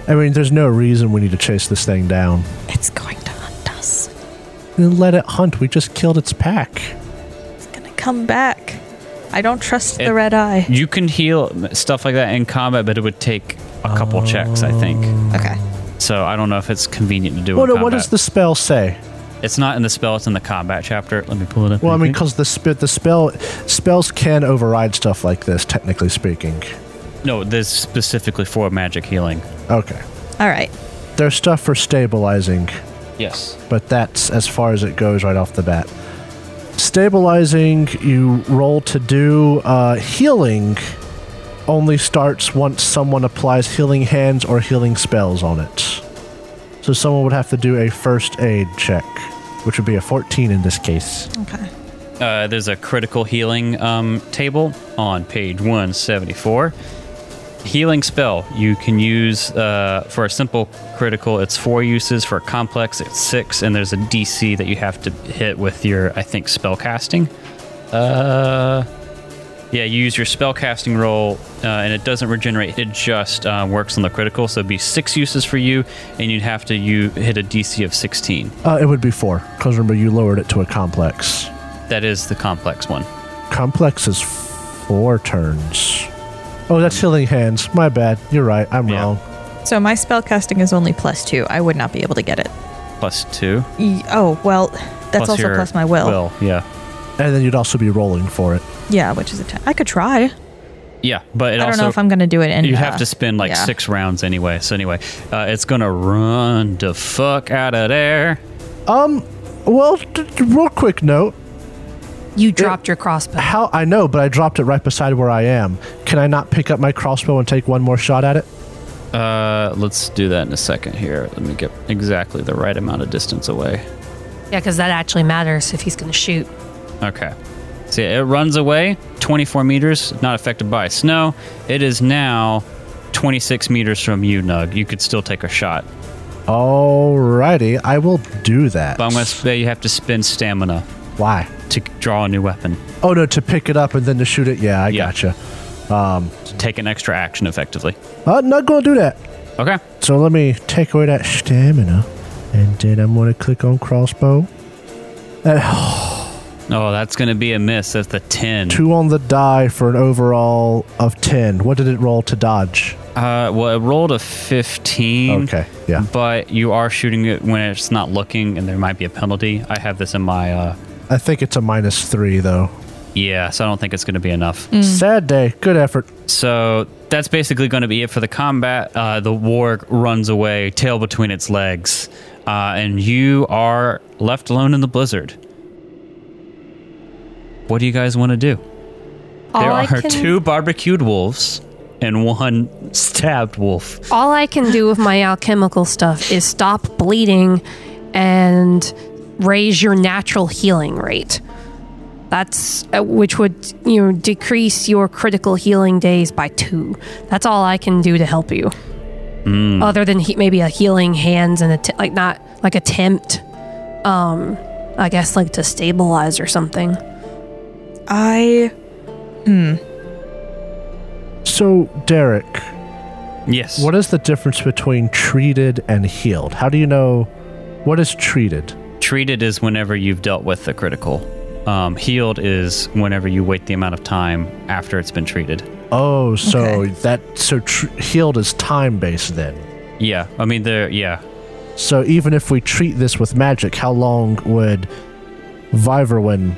I mean, there's no reason we need to chase this thing down. It's going to hunt us. Then let it hunt. We just killed its pack. It's going to come back. I don't trust It- the red eye. You can heal stuff like that in combat, but it would take a couple checks, I think. Okay. So I don't know if it's convenient to do. What, in Oh. what combat. does the spell say? It's not in the spell. It's in the combat chapter. Let me pull it up. Well, I real mean, quick. because the sp- the spell spells can override stuff like this, technically speaking. no, this is specifically for magic healing. Okay, All right. there's stuff for stabilizing, Yes. but that's as far as it goes right off the bat. Stabilizing, you roll to do uh, healing. Only starts once someone applies healing hands or healing spells on it. So someone would have to do a first aid check, which would be a 14 in this case. Okay. Uh, there's a critical healing um, table on page 174. Healing spell you can use uh, for a simple critical. It's four uses. For a complex, it's six, and there's a DC that you have to hit with your, I think, spell casting. Uh, yeah, you use your spell casting roll, uh, and it doesn't regenerate. It just uh, works on the critical, so it'd be six uses for you, and you'd have to you hit a DC of 16. Uh, it would be four because remember you lowered it to a complex. That is the complex one. Complex is four turns. Oh, that's healing hands. My bad. You're right. I'm Yeah. wrong. So my spell casting is only plus two. I would not be able to get it. Plus two. E- oh well, that's plus also your plus my will. Will, yeah. And then you'd also be rolling for it. Yeah, which is a ten. I could try. Yeah, but it I don't also, know if I'm gonna do it. In You'd have uh, to spend like yeah. six rounds anyway. So anyway, uh, it's gonna run the fuck out of there. Well, d- d- real quick note. You dropped your crossbow. How I know, but I dropped it right beside where I am. Can I not pick up my crossbow and take one more shot at it? Uh, let's do that in a second here. Let me get exactly the right amount of distance away. Yeah, because that actually matters if he's going to shoot. Okay. See, it runs away 24 meters, not affected by snow. It is now 26 meters from you, Nug. You could still take a shot, Alrighty, I will do that. but I'm gonna say you have to spend stamina Why? to draw a new weapon. Oh no, to pick it up and then to shoot it. Yeah, I Yeah. gotcha. To take an extra action effectively. Uh, not gonna do that. Okay. So let me take away that stamina, and then I'm gonna click on crossbow. Oh, that's gonna be a miss. That's the 10. Two on the die for an overall of ten. What did it roll to dodge? Uh, well, it rolled a 15. Okay, yeah. But you are shooting it when it's not looking, and there might be a penalty. I have this in my. Uh, I think it's a minus three though. yeah, so I don't think it's gonna be enough. Sad day. Good effort. So that's basically going to be it for the combat. Uh, the warg runs away, tail between its legs, uh, and you are left alone in the blizzard. What do you guys want to do? there All are I can- two barbecued wolves and one stabbed wolf. All I can do with my alchemical stuff is stop bleeding and raise your natural healing rate. That's uh, which would you know decrease your critical healing days by two. That's all I can do to help you. Other than he, maybe a healing hands and a t- like not like attempt, um, I guess like to stabilize or something. I So Derek, Yes. what is the difference between treated and healed? How do you know what is treated? Treated is whenever you've dealt with the critical. Um, healed is whenever you wait the amount of time after it's been treated. Oh, so Okay. that so tr- healed is time based then. Yeah, I mean, there. Yeah, So even if we treat this with magic, how long would Viverwin,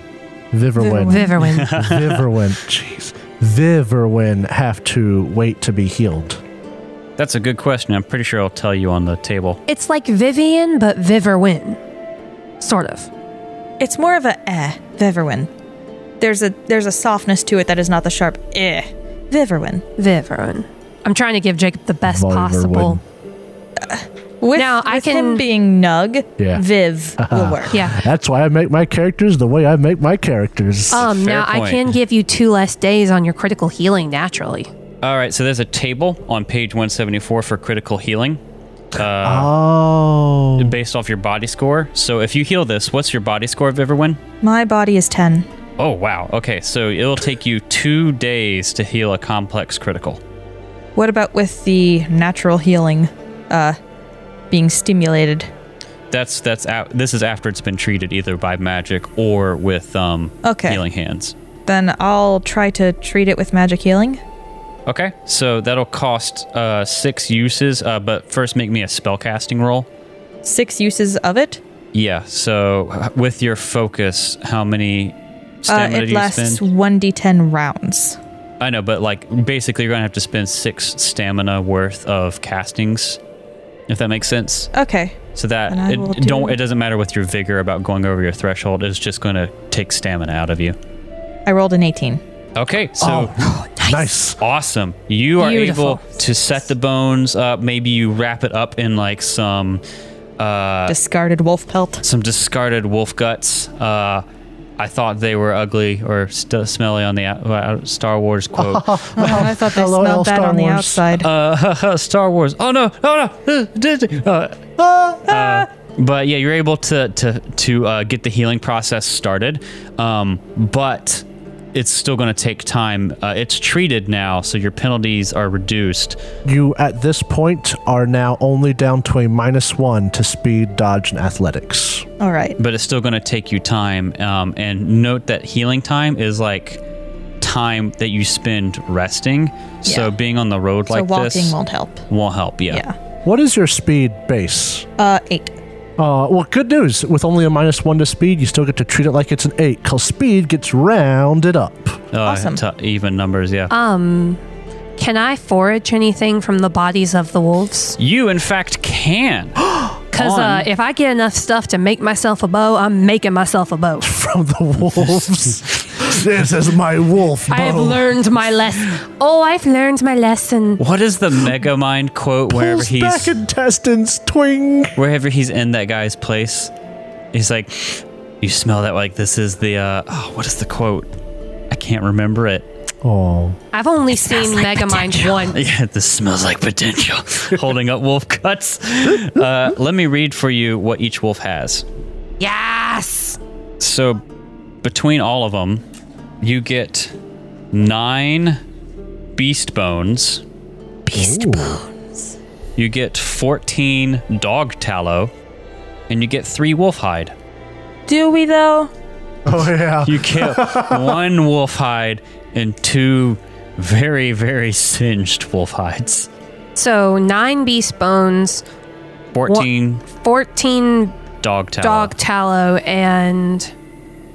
Viverwin, Viverwin. Viverwin, jeez, Viverwin have to wait to be healed? that's a good question. I'm pretty sure I'll tell you on the table. it's like Vivian, but Viverwin, sort of. It's more of a eh, Viverwin. There's a there's a softness to it that is not the sharp eh, Viverwin. Viverwin. I'm trying to give Jacob the best Viverwin. possible. With, Now, I with him can- being Nug, Yeah. Viv will work. Yeah. That's why I make my characters the way I make my characters. Um, Fair now I point. can give you two less days on your critical healing naturally. All right, so there's a table on page 174 for critical healing uh, oh, based off your body score. So if you heal this, what's your body score, Viverwin? My body is ten. Oh, wow. Okay, so it'll take you two days to heal a complex critical. What about with the natural healing, uh, being stimulated? That's that's out. This is after it's been treated either by magic or with um, Okay. healing hands. Then I'll try to treat it with magic healing. Okay, so that'll cost uh, six uses, uh, but first make me a spellcasting roll. Six uses of it. Yeah, so h- with your focus, how many Uh, stamina it do you lasts spend? one d10 rounds. I know, but like basically you're going to have to spend six stamina worth of castings, if that makes sense. Okay. So that And I will it, don't do- it doesn't matter with your vigor about going over your threshold, it's just going to take stamina out of you. I rolled an 18. Okay, so nice. Awesome. You are Beautiful. able to set the bones up. Maybe you wrap it up in like some uh, Discarded wolf pelt. some discarded wolf guts. Uh, I thought they were ugly or st- smelly on the out- uh, Star Wars quote. I thought they Oh, Hello, L. smelled bad Star on the Wars. outside. uh, Star Wars. Oh no, oh no. Uh, uh, but yeah, you're able to to to uh, get the healing process started, um, but it's still going to take time. Uh, it's treated now, so your penalties are reduced. You at this point are now only down to a minus one to speed, dodge, and athletics. All right. but it's still going to take you time. Um, and note that healing time is like time that you spend resting. Yeah. So being on the road So like walking this won't help. won't help. Yeah. Yeah. What is your speed base? Uh, eight. Uh, well, good news. With only a minus one to speed, you still get to treat it like it's an eight, because speed gets rounded up. Uh, Awesome. to even numbers. Yeah. Can I forage anything from the bodies of the wolves? you in fact can. Because uh, On. if I get enough stuff to make myself a bow, I'm making myself a bow. From the wolves. this is my wolf. I have bow. learned my lesson. Oh, I've learned my lesson. what is the mega mind quote wherever Pulls back he's intestines, twing. wherever he's in that guy's place? He's like, you smell that like this is the uh, oh, what is the quote? I can't remember it. Oh. I've only seen like Megamind potential. one. Yeah, this smells like potential. Holding up wolf cuts. Uh, let me read for you what each wolf has. Yes. So, between all of them, you get nine beast bones. Beast bone. You get 14 dog tallow. And you get three wolf hide. Do we though? Oh, yeah. You get one wolf hide and two very, very singed wolf hides. So nine beast bones, 14 fourteen dog tallow. dog tallow, and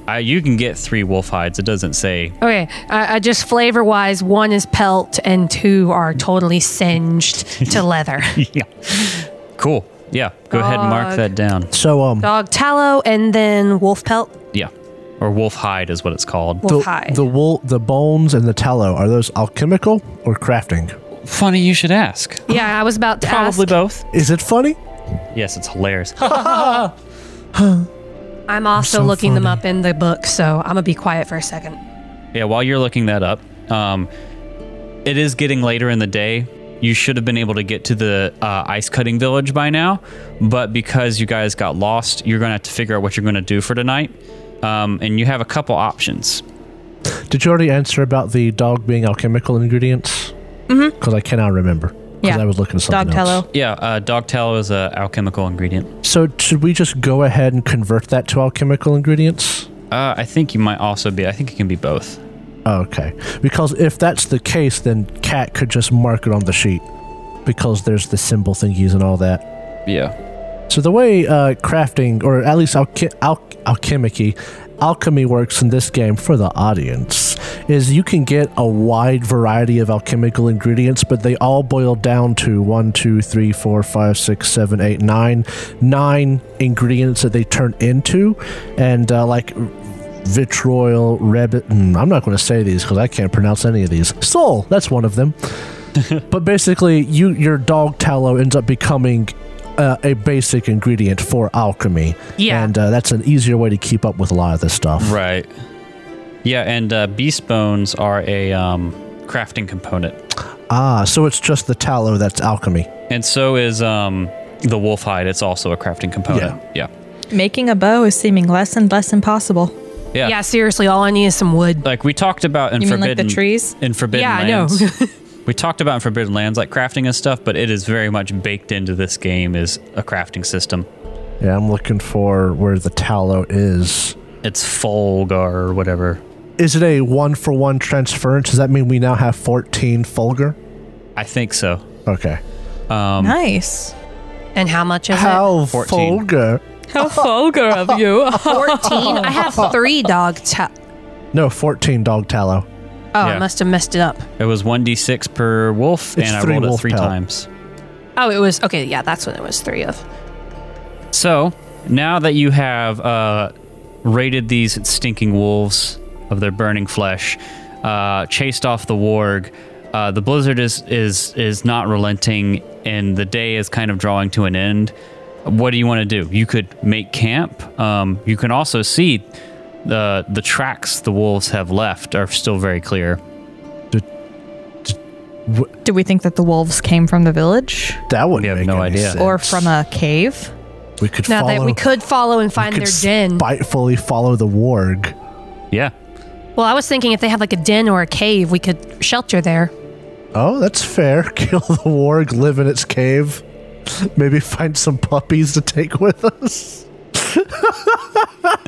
I, you can get three wolf hides. It doesn't say okay. I, I just flavor wise, one is pelt and two are totally singed to leather. yeah. Cool. Yeah. Go ahead and mark Dog. that down. So, um, Dog tallow and then wolf pelt, Yeah. Or wolf hide is what it's called. wolf the, hide. the wool, the bones, and the tallow are those alchemical or crafting? Funny you should ask. yeah, I was about to Probably ask. both. Is it funny? Yes, it's hilarious. I'm also so looking them funny. up in the book, so I'm gonna be quiet for a second. yeah, while you're looking that up, um, it is getting later in the day. You should have been able to get to the uh, ice cutting village by now, but because you guys got lost, you're going to have to figure out what you're going to do for tonight. Um, and you have a couple options. Did you already answer about the dog being alchemical ingredients? Mm-hmm. Because I cannot remember. 'Cause Yeah. I was looking at something Dog else. tallow. Yeah, uh, dog tallow is a alchemical ingredient. So should we just go ahead and convert that to alchemical ingredients? Uh, I think you might also be. I think it can be both. Oh, Okay. Because if that's the case, then Cat could just mark it on the sheet because there's the symbol thingies and all that. Yeah. So the way uh, crafting, or at least alche- al- alchemicy, alchemy works in this game for the audience is you can get a wide variety of alchemical ingredients, but they all boil down to one, two, three, four, five, six, seven, eight, nine, nine ingredients that they turn into, and uh, like vitriol, rabbit. mm, I'm not going to say these because I can't pronounce any of these. Soul, that's one of them. but basically, you your dog tallow ends up becoming uh, a basic ingredient for alchemy. Yeah. and uh, that's an easier way to keep up with a lot of this stuff. Right. Yeah, and uh, beast bones are a um, crafting component, Ah, so it's just the tallow that's alchemy. and so is um, the wolf hide. It's also a crafting component. Yeah. Making a bow is seeming less and less impossible. Yeah. Yeah. Yeah, seriously, all I need is some wood. Like we talked about in You mean forbidden like the trees? in forbidden Yeah, I know. lands. we talked about in forbidden lands like crafting and stuff, but it is very much baked into this game is a crafting system. Yeah, I'm looking for where the tallow is. It's Folgar or whatever. Is it a one for one transference? Does that mean we now have 14 Fulgur? I think so. Um, Okay. nice. And how much is How 14. Fulgur? How vulgar of you. it? 14? I have three dog ta- No, 14 dog tallow. Oh, Yeah. I must have messed it up. It was one d six per wolf, It's and I three rolled it wolf three pelt. times. Oh, it was okay. Yeah, that's what it was three of. So now that you have uh, raided these stinking wolves of their burning flesh, uh, chased off the warg, uh, the blizzard is is is not relenting, and the day is kind of drawing to an end. What do you want to do? You could make camp. Um, you can also see the the tracks the wolves have left are still very clear. Do we think that the wolves came from the village That would We have make no any idea. sense. or from a cave? we could Now follow that we could follow and find could their den. spitefully follow the warg. Yeah, well, I was thinking if they had like a den or a cave, we could shelter there. Oh, that's fair. Kill the warg, live in its cave. Maybe find some puppies to take with us.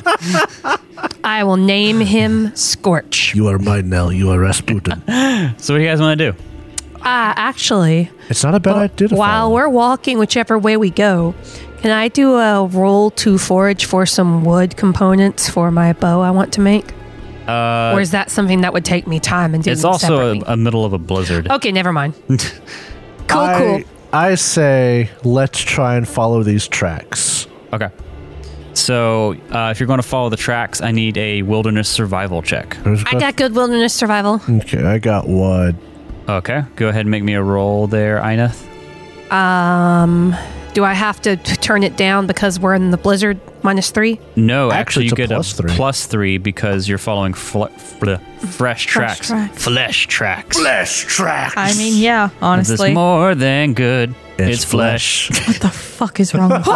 I will name him Scorch. You are mine now. You are Rasputin. so what do you guys want to do? Ah, actually, it's not a bad idea. To while follow. Oh, we're walking, whichever way we go, can I do a roll to forage for some wood components for my bow I want to make? Uh, or is that something that would take me time and do It's also separately? a, a middle of a blizzard. okay, never mind. cool, I, cool. I say let's try and follow these tracks. Okay. So uh, if you're going to follow the tracks, I need a wilderness survival check. I got good wilderness survival. okay, I got one. Okay, go ahead and make me a roll there, Ineth. Um, do I have to t- turn it down because we're in the blizzard minus three? No, Actually, actually, it's a you get plus a three. plus three because you're following fle- fle- fresh tracks, tracks. flesh tracks. I mean, yeah, This is honestly. What more than good. It's, It's flesh. the fuck is wrong with that?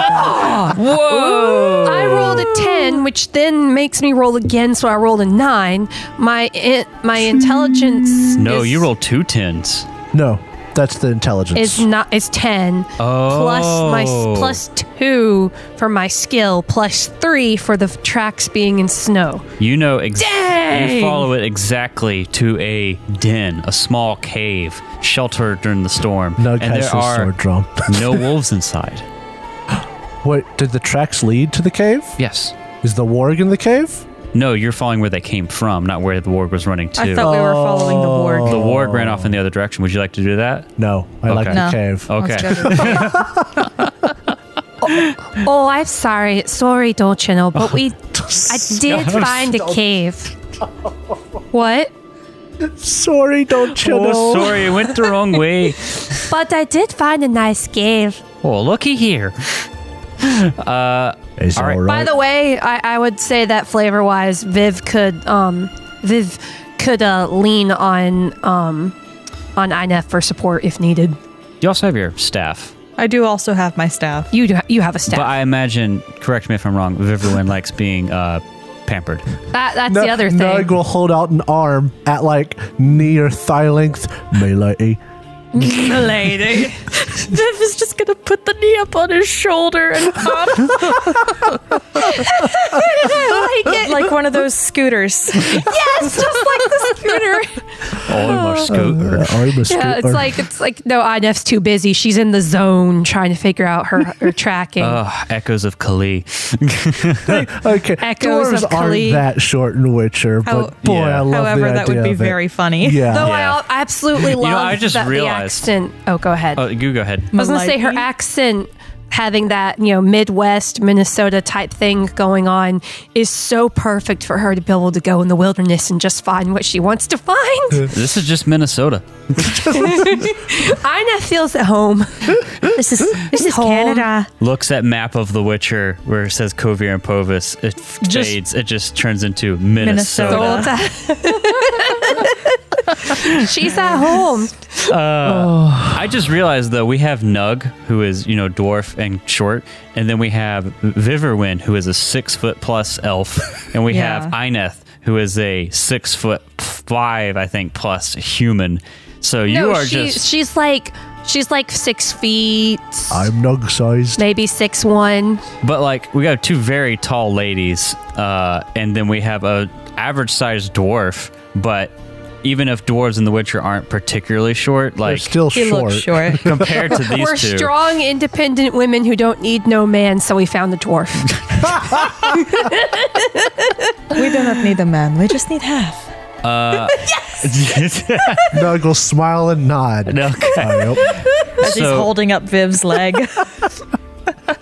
I rolled a ten, which then makes me roll again, so I rolled a nine. My in, my intelligence. No, is- you roll two tens. No, that's the intelligence. is not is 10 plus my Oh. plus 2 for my skill plus 3 for the f- tracks being in snow You know exactly. Dang! You follow it exactly to a den, a small cave, sheltered during the storm, no and there casual are sword drum. no wolves inside. Wait, did the tracks lead to the cave? Yes. Is the warg in the cave? No, you're following where they came from, not where the warg was running to. I thought we were following the the warg. warg ran off in the other direction. Would you like to do that? No, I like the Okay. No. cave. Okay. oh i'm sorry sorry don't you know but we i did find a cave what Sorry, don't you Oh, know? sorry, it went the wrong way. but i did find a nice cave Oh, looky here. It's all right. by the way i, I would say that flavor wise viv could um viv could uh, lean on um on INEF for support if needed. You also have your staff, I do also have my staff. You do, you have a staff. but I imagine. Correct me if I'm wrong. Viverwin likes being uh, pampered. that, that's Nu- the other thing. Nug will hold out an arm at like knee or thigh length. Melee. Lady. Viv is just gonna put the knee up on his shoulder and pop. I like it. Like one of those scooters. yes, just like the scooter. Oh, Uh, arm is Yeah, it's or- like it's like no, INF's too busy. She's in the zone trying to figure out her, her tracking. Ugh, echoes of Kali. okay. Echoes Dwarves of Kali. aren't that short in Witcher, but How- boy, Yeah. I love However, the that idea would be of it. very funny. Yeah. Though Yeah. I I absolutely love know, I just that the realized- accent. Oh, go ahead. Oh, you go ahead. I was gonna say her Maliki? accent having that you know Midwest Minnesota type thing going on is so perfect for her to be able to go in the wilderness and just find what she wants to find. This is just Minnesota. Ina feels at home. This is this is Canada. Looks at map of The Witcher where it says Kovir and Povis. It f- Just- fades. It just turns into Minnesota. Minnesota. She's at home. I just realized though we have Nug, who is you know dwarf and short, and then we have Viverwin, who is a six foot plus elf, and we Yeah. have Ineth, who is a six foot five, I think, plus human. So you no, are she, just she's like she's like six feet, I'm nug sized. maybe six one. But like we got two very tall ladies, uh, and then we have a average sized dwarf. But even if dwarves in The Witcher aren't particularly short, They're like still He short. looks short. compared to these We're two, strong, independent women who don't need no man, so we found the dwarf. We do not need a man. We just need half. Nug will smile and nod. Okay. I hope- As he's So- holding up Viv's leg. oh,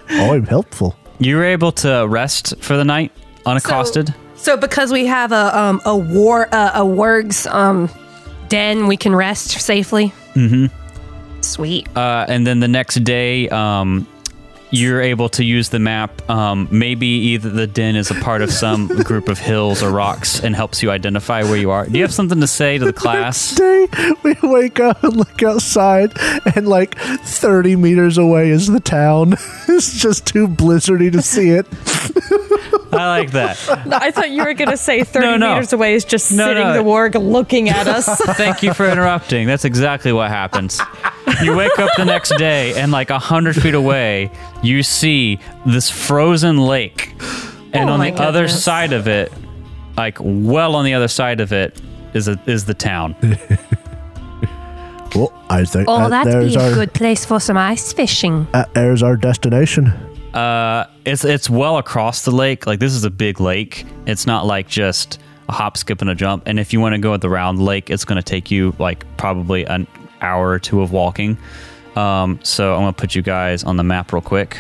I'm helpful. you were able to rest for the night unaccosted. So, so because we have a um, a war uh, a wargs um, den, we can rest safely. Mm-hmm. Sweet. Uh, and then the next day, um, you're able to use the map. Um, maybe either the den is a part of some group of hills or rocks and helps you identify where you are. Do you have something to say to the class? day, we wake up and look outside, and like 30 meters away is the town. it's just too blizzardy to see it. I like that. I thought you were going to say 30 no. meters away is just No, sitting no. the warg looking at us. Thank you for interrupting. That's exactly what happens. You wake up the next day, and like a hundred feet away, you see this frozen lake, and Oh on the my other goodness. side of it, like well on the other side of it, is a, is the town. Well, I think Oh, that- that'd there's be a uh, our good place for some ice fishing. that there's our destination. It's it's well across the lake. Like this is a big lake. It's not like just a hop, skip, and a jump. And if you want to go at the round lake, it's going to take you like probably an hour or two of walking. Um, so I'm going to put you guys on the map real quick.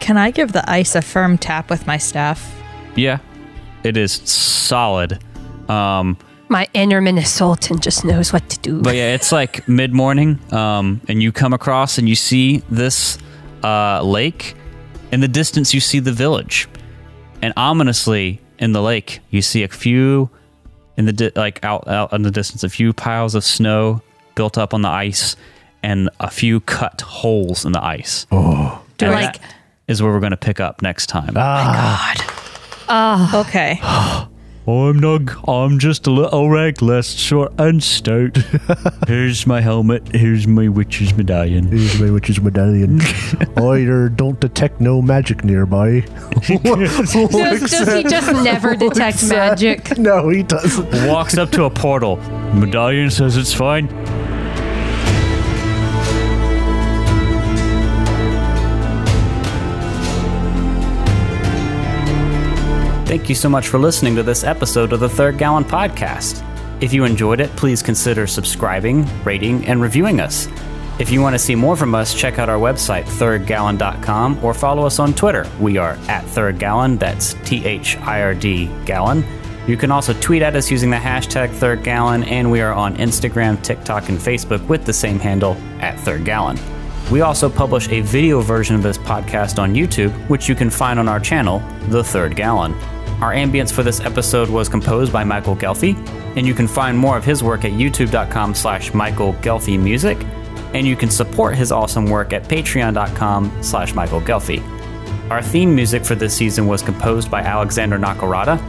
Can I give the ice a firm tap with my staff? Yeah, it is solid. Um, My inner Minnesotan just knows what to do. but yeah, it's like mid morning, um, and you come across and you see this uh, lake. In the distance, you see the village, and ominously in the lake, you see a few in the di- like out out in the distance, a few piles of snow built up on the ice, and a few cut holes in the ice. Oh, Ah, Do I- that is where we're going to pick up next time. Okay. I'm not. I'm just a little reckless, short and stout. Here's my helmet. Here's my witch's medallion. Usually, which is medallion. Oiter don't detect no magic nearby. does, does he just never detect magic? No, he doesn't. Walks up to a portal. Medallion says it's fine. Thank you so much for listening to this episode of the Third Gallon Podcast. If you enjoyed it, please consider subscribing, rating, and reviewing us. If you want to see more from us, check out our website, thirdgallon.com, or follow us on Twitter. We are at Third Gallon, that's T H I R D Gallon. You can also tweet at us using the hashtag Third Gallon, and we are on Instagram, TikTok, and Facebook with the same handle, at Third Gallon. We also publish a video version of this podcast on YouTube, which you can find on our channel, The Third Gallon. Our ambience for this episode was composed by Michael Gelfie, and you can find more of his work at youtube.com slash Michael Gelfie Music, and you can support his awesome work at patreon.com slash Michael Gelfie. Our theme music for this season was composed by Alexander Nakarada.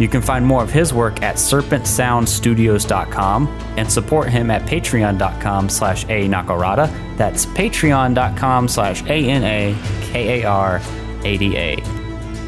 You can find more of his work at serpentsoundstudios.com and support him at patreon.com slash a nakarada. That's patreon.com slash A-N-A-K-A-R-A-D-A.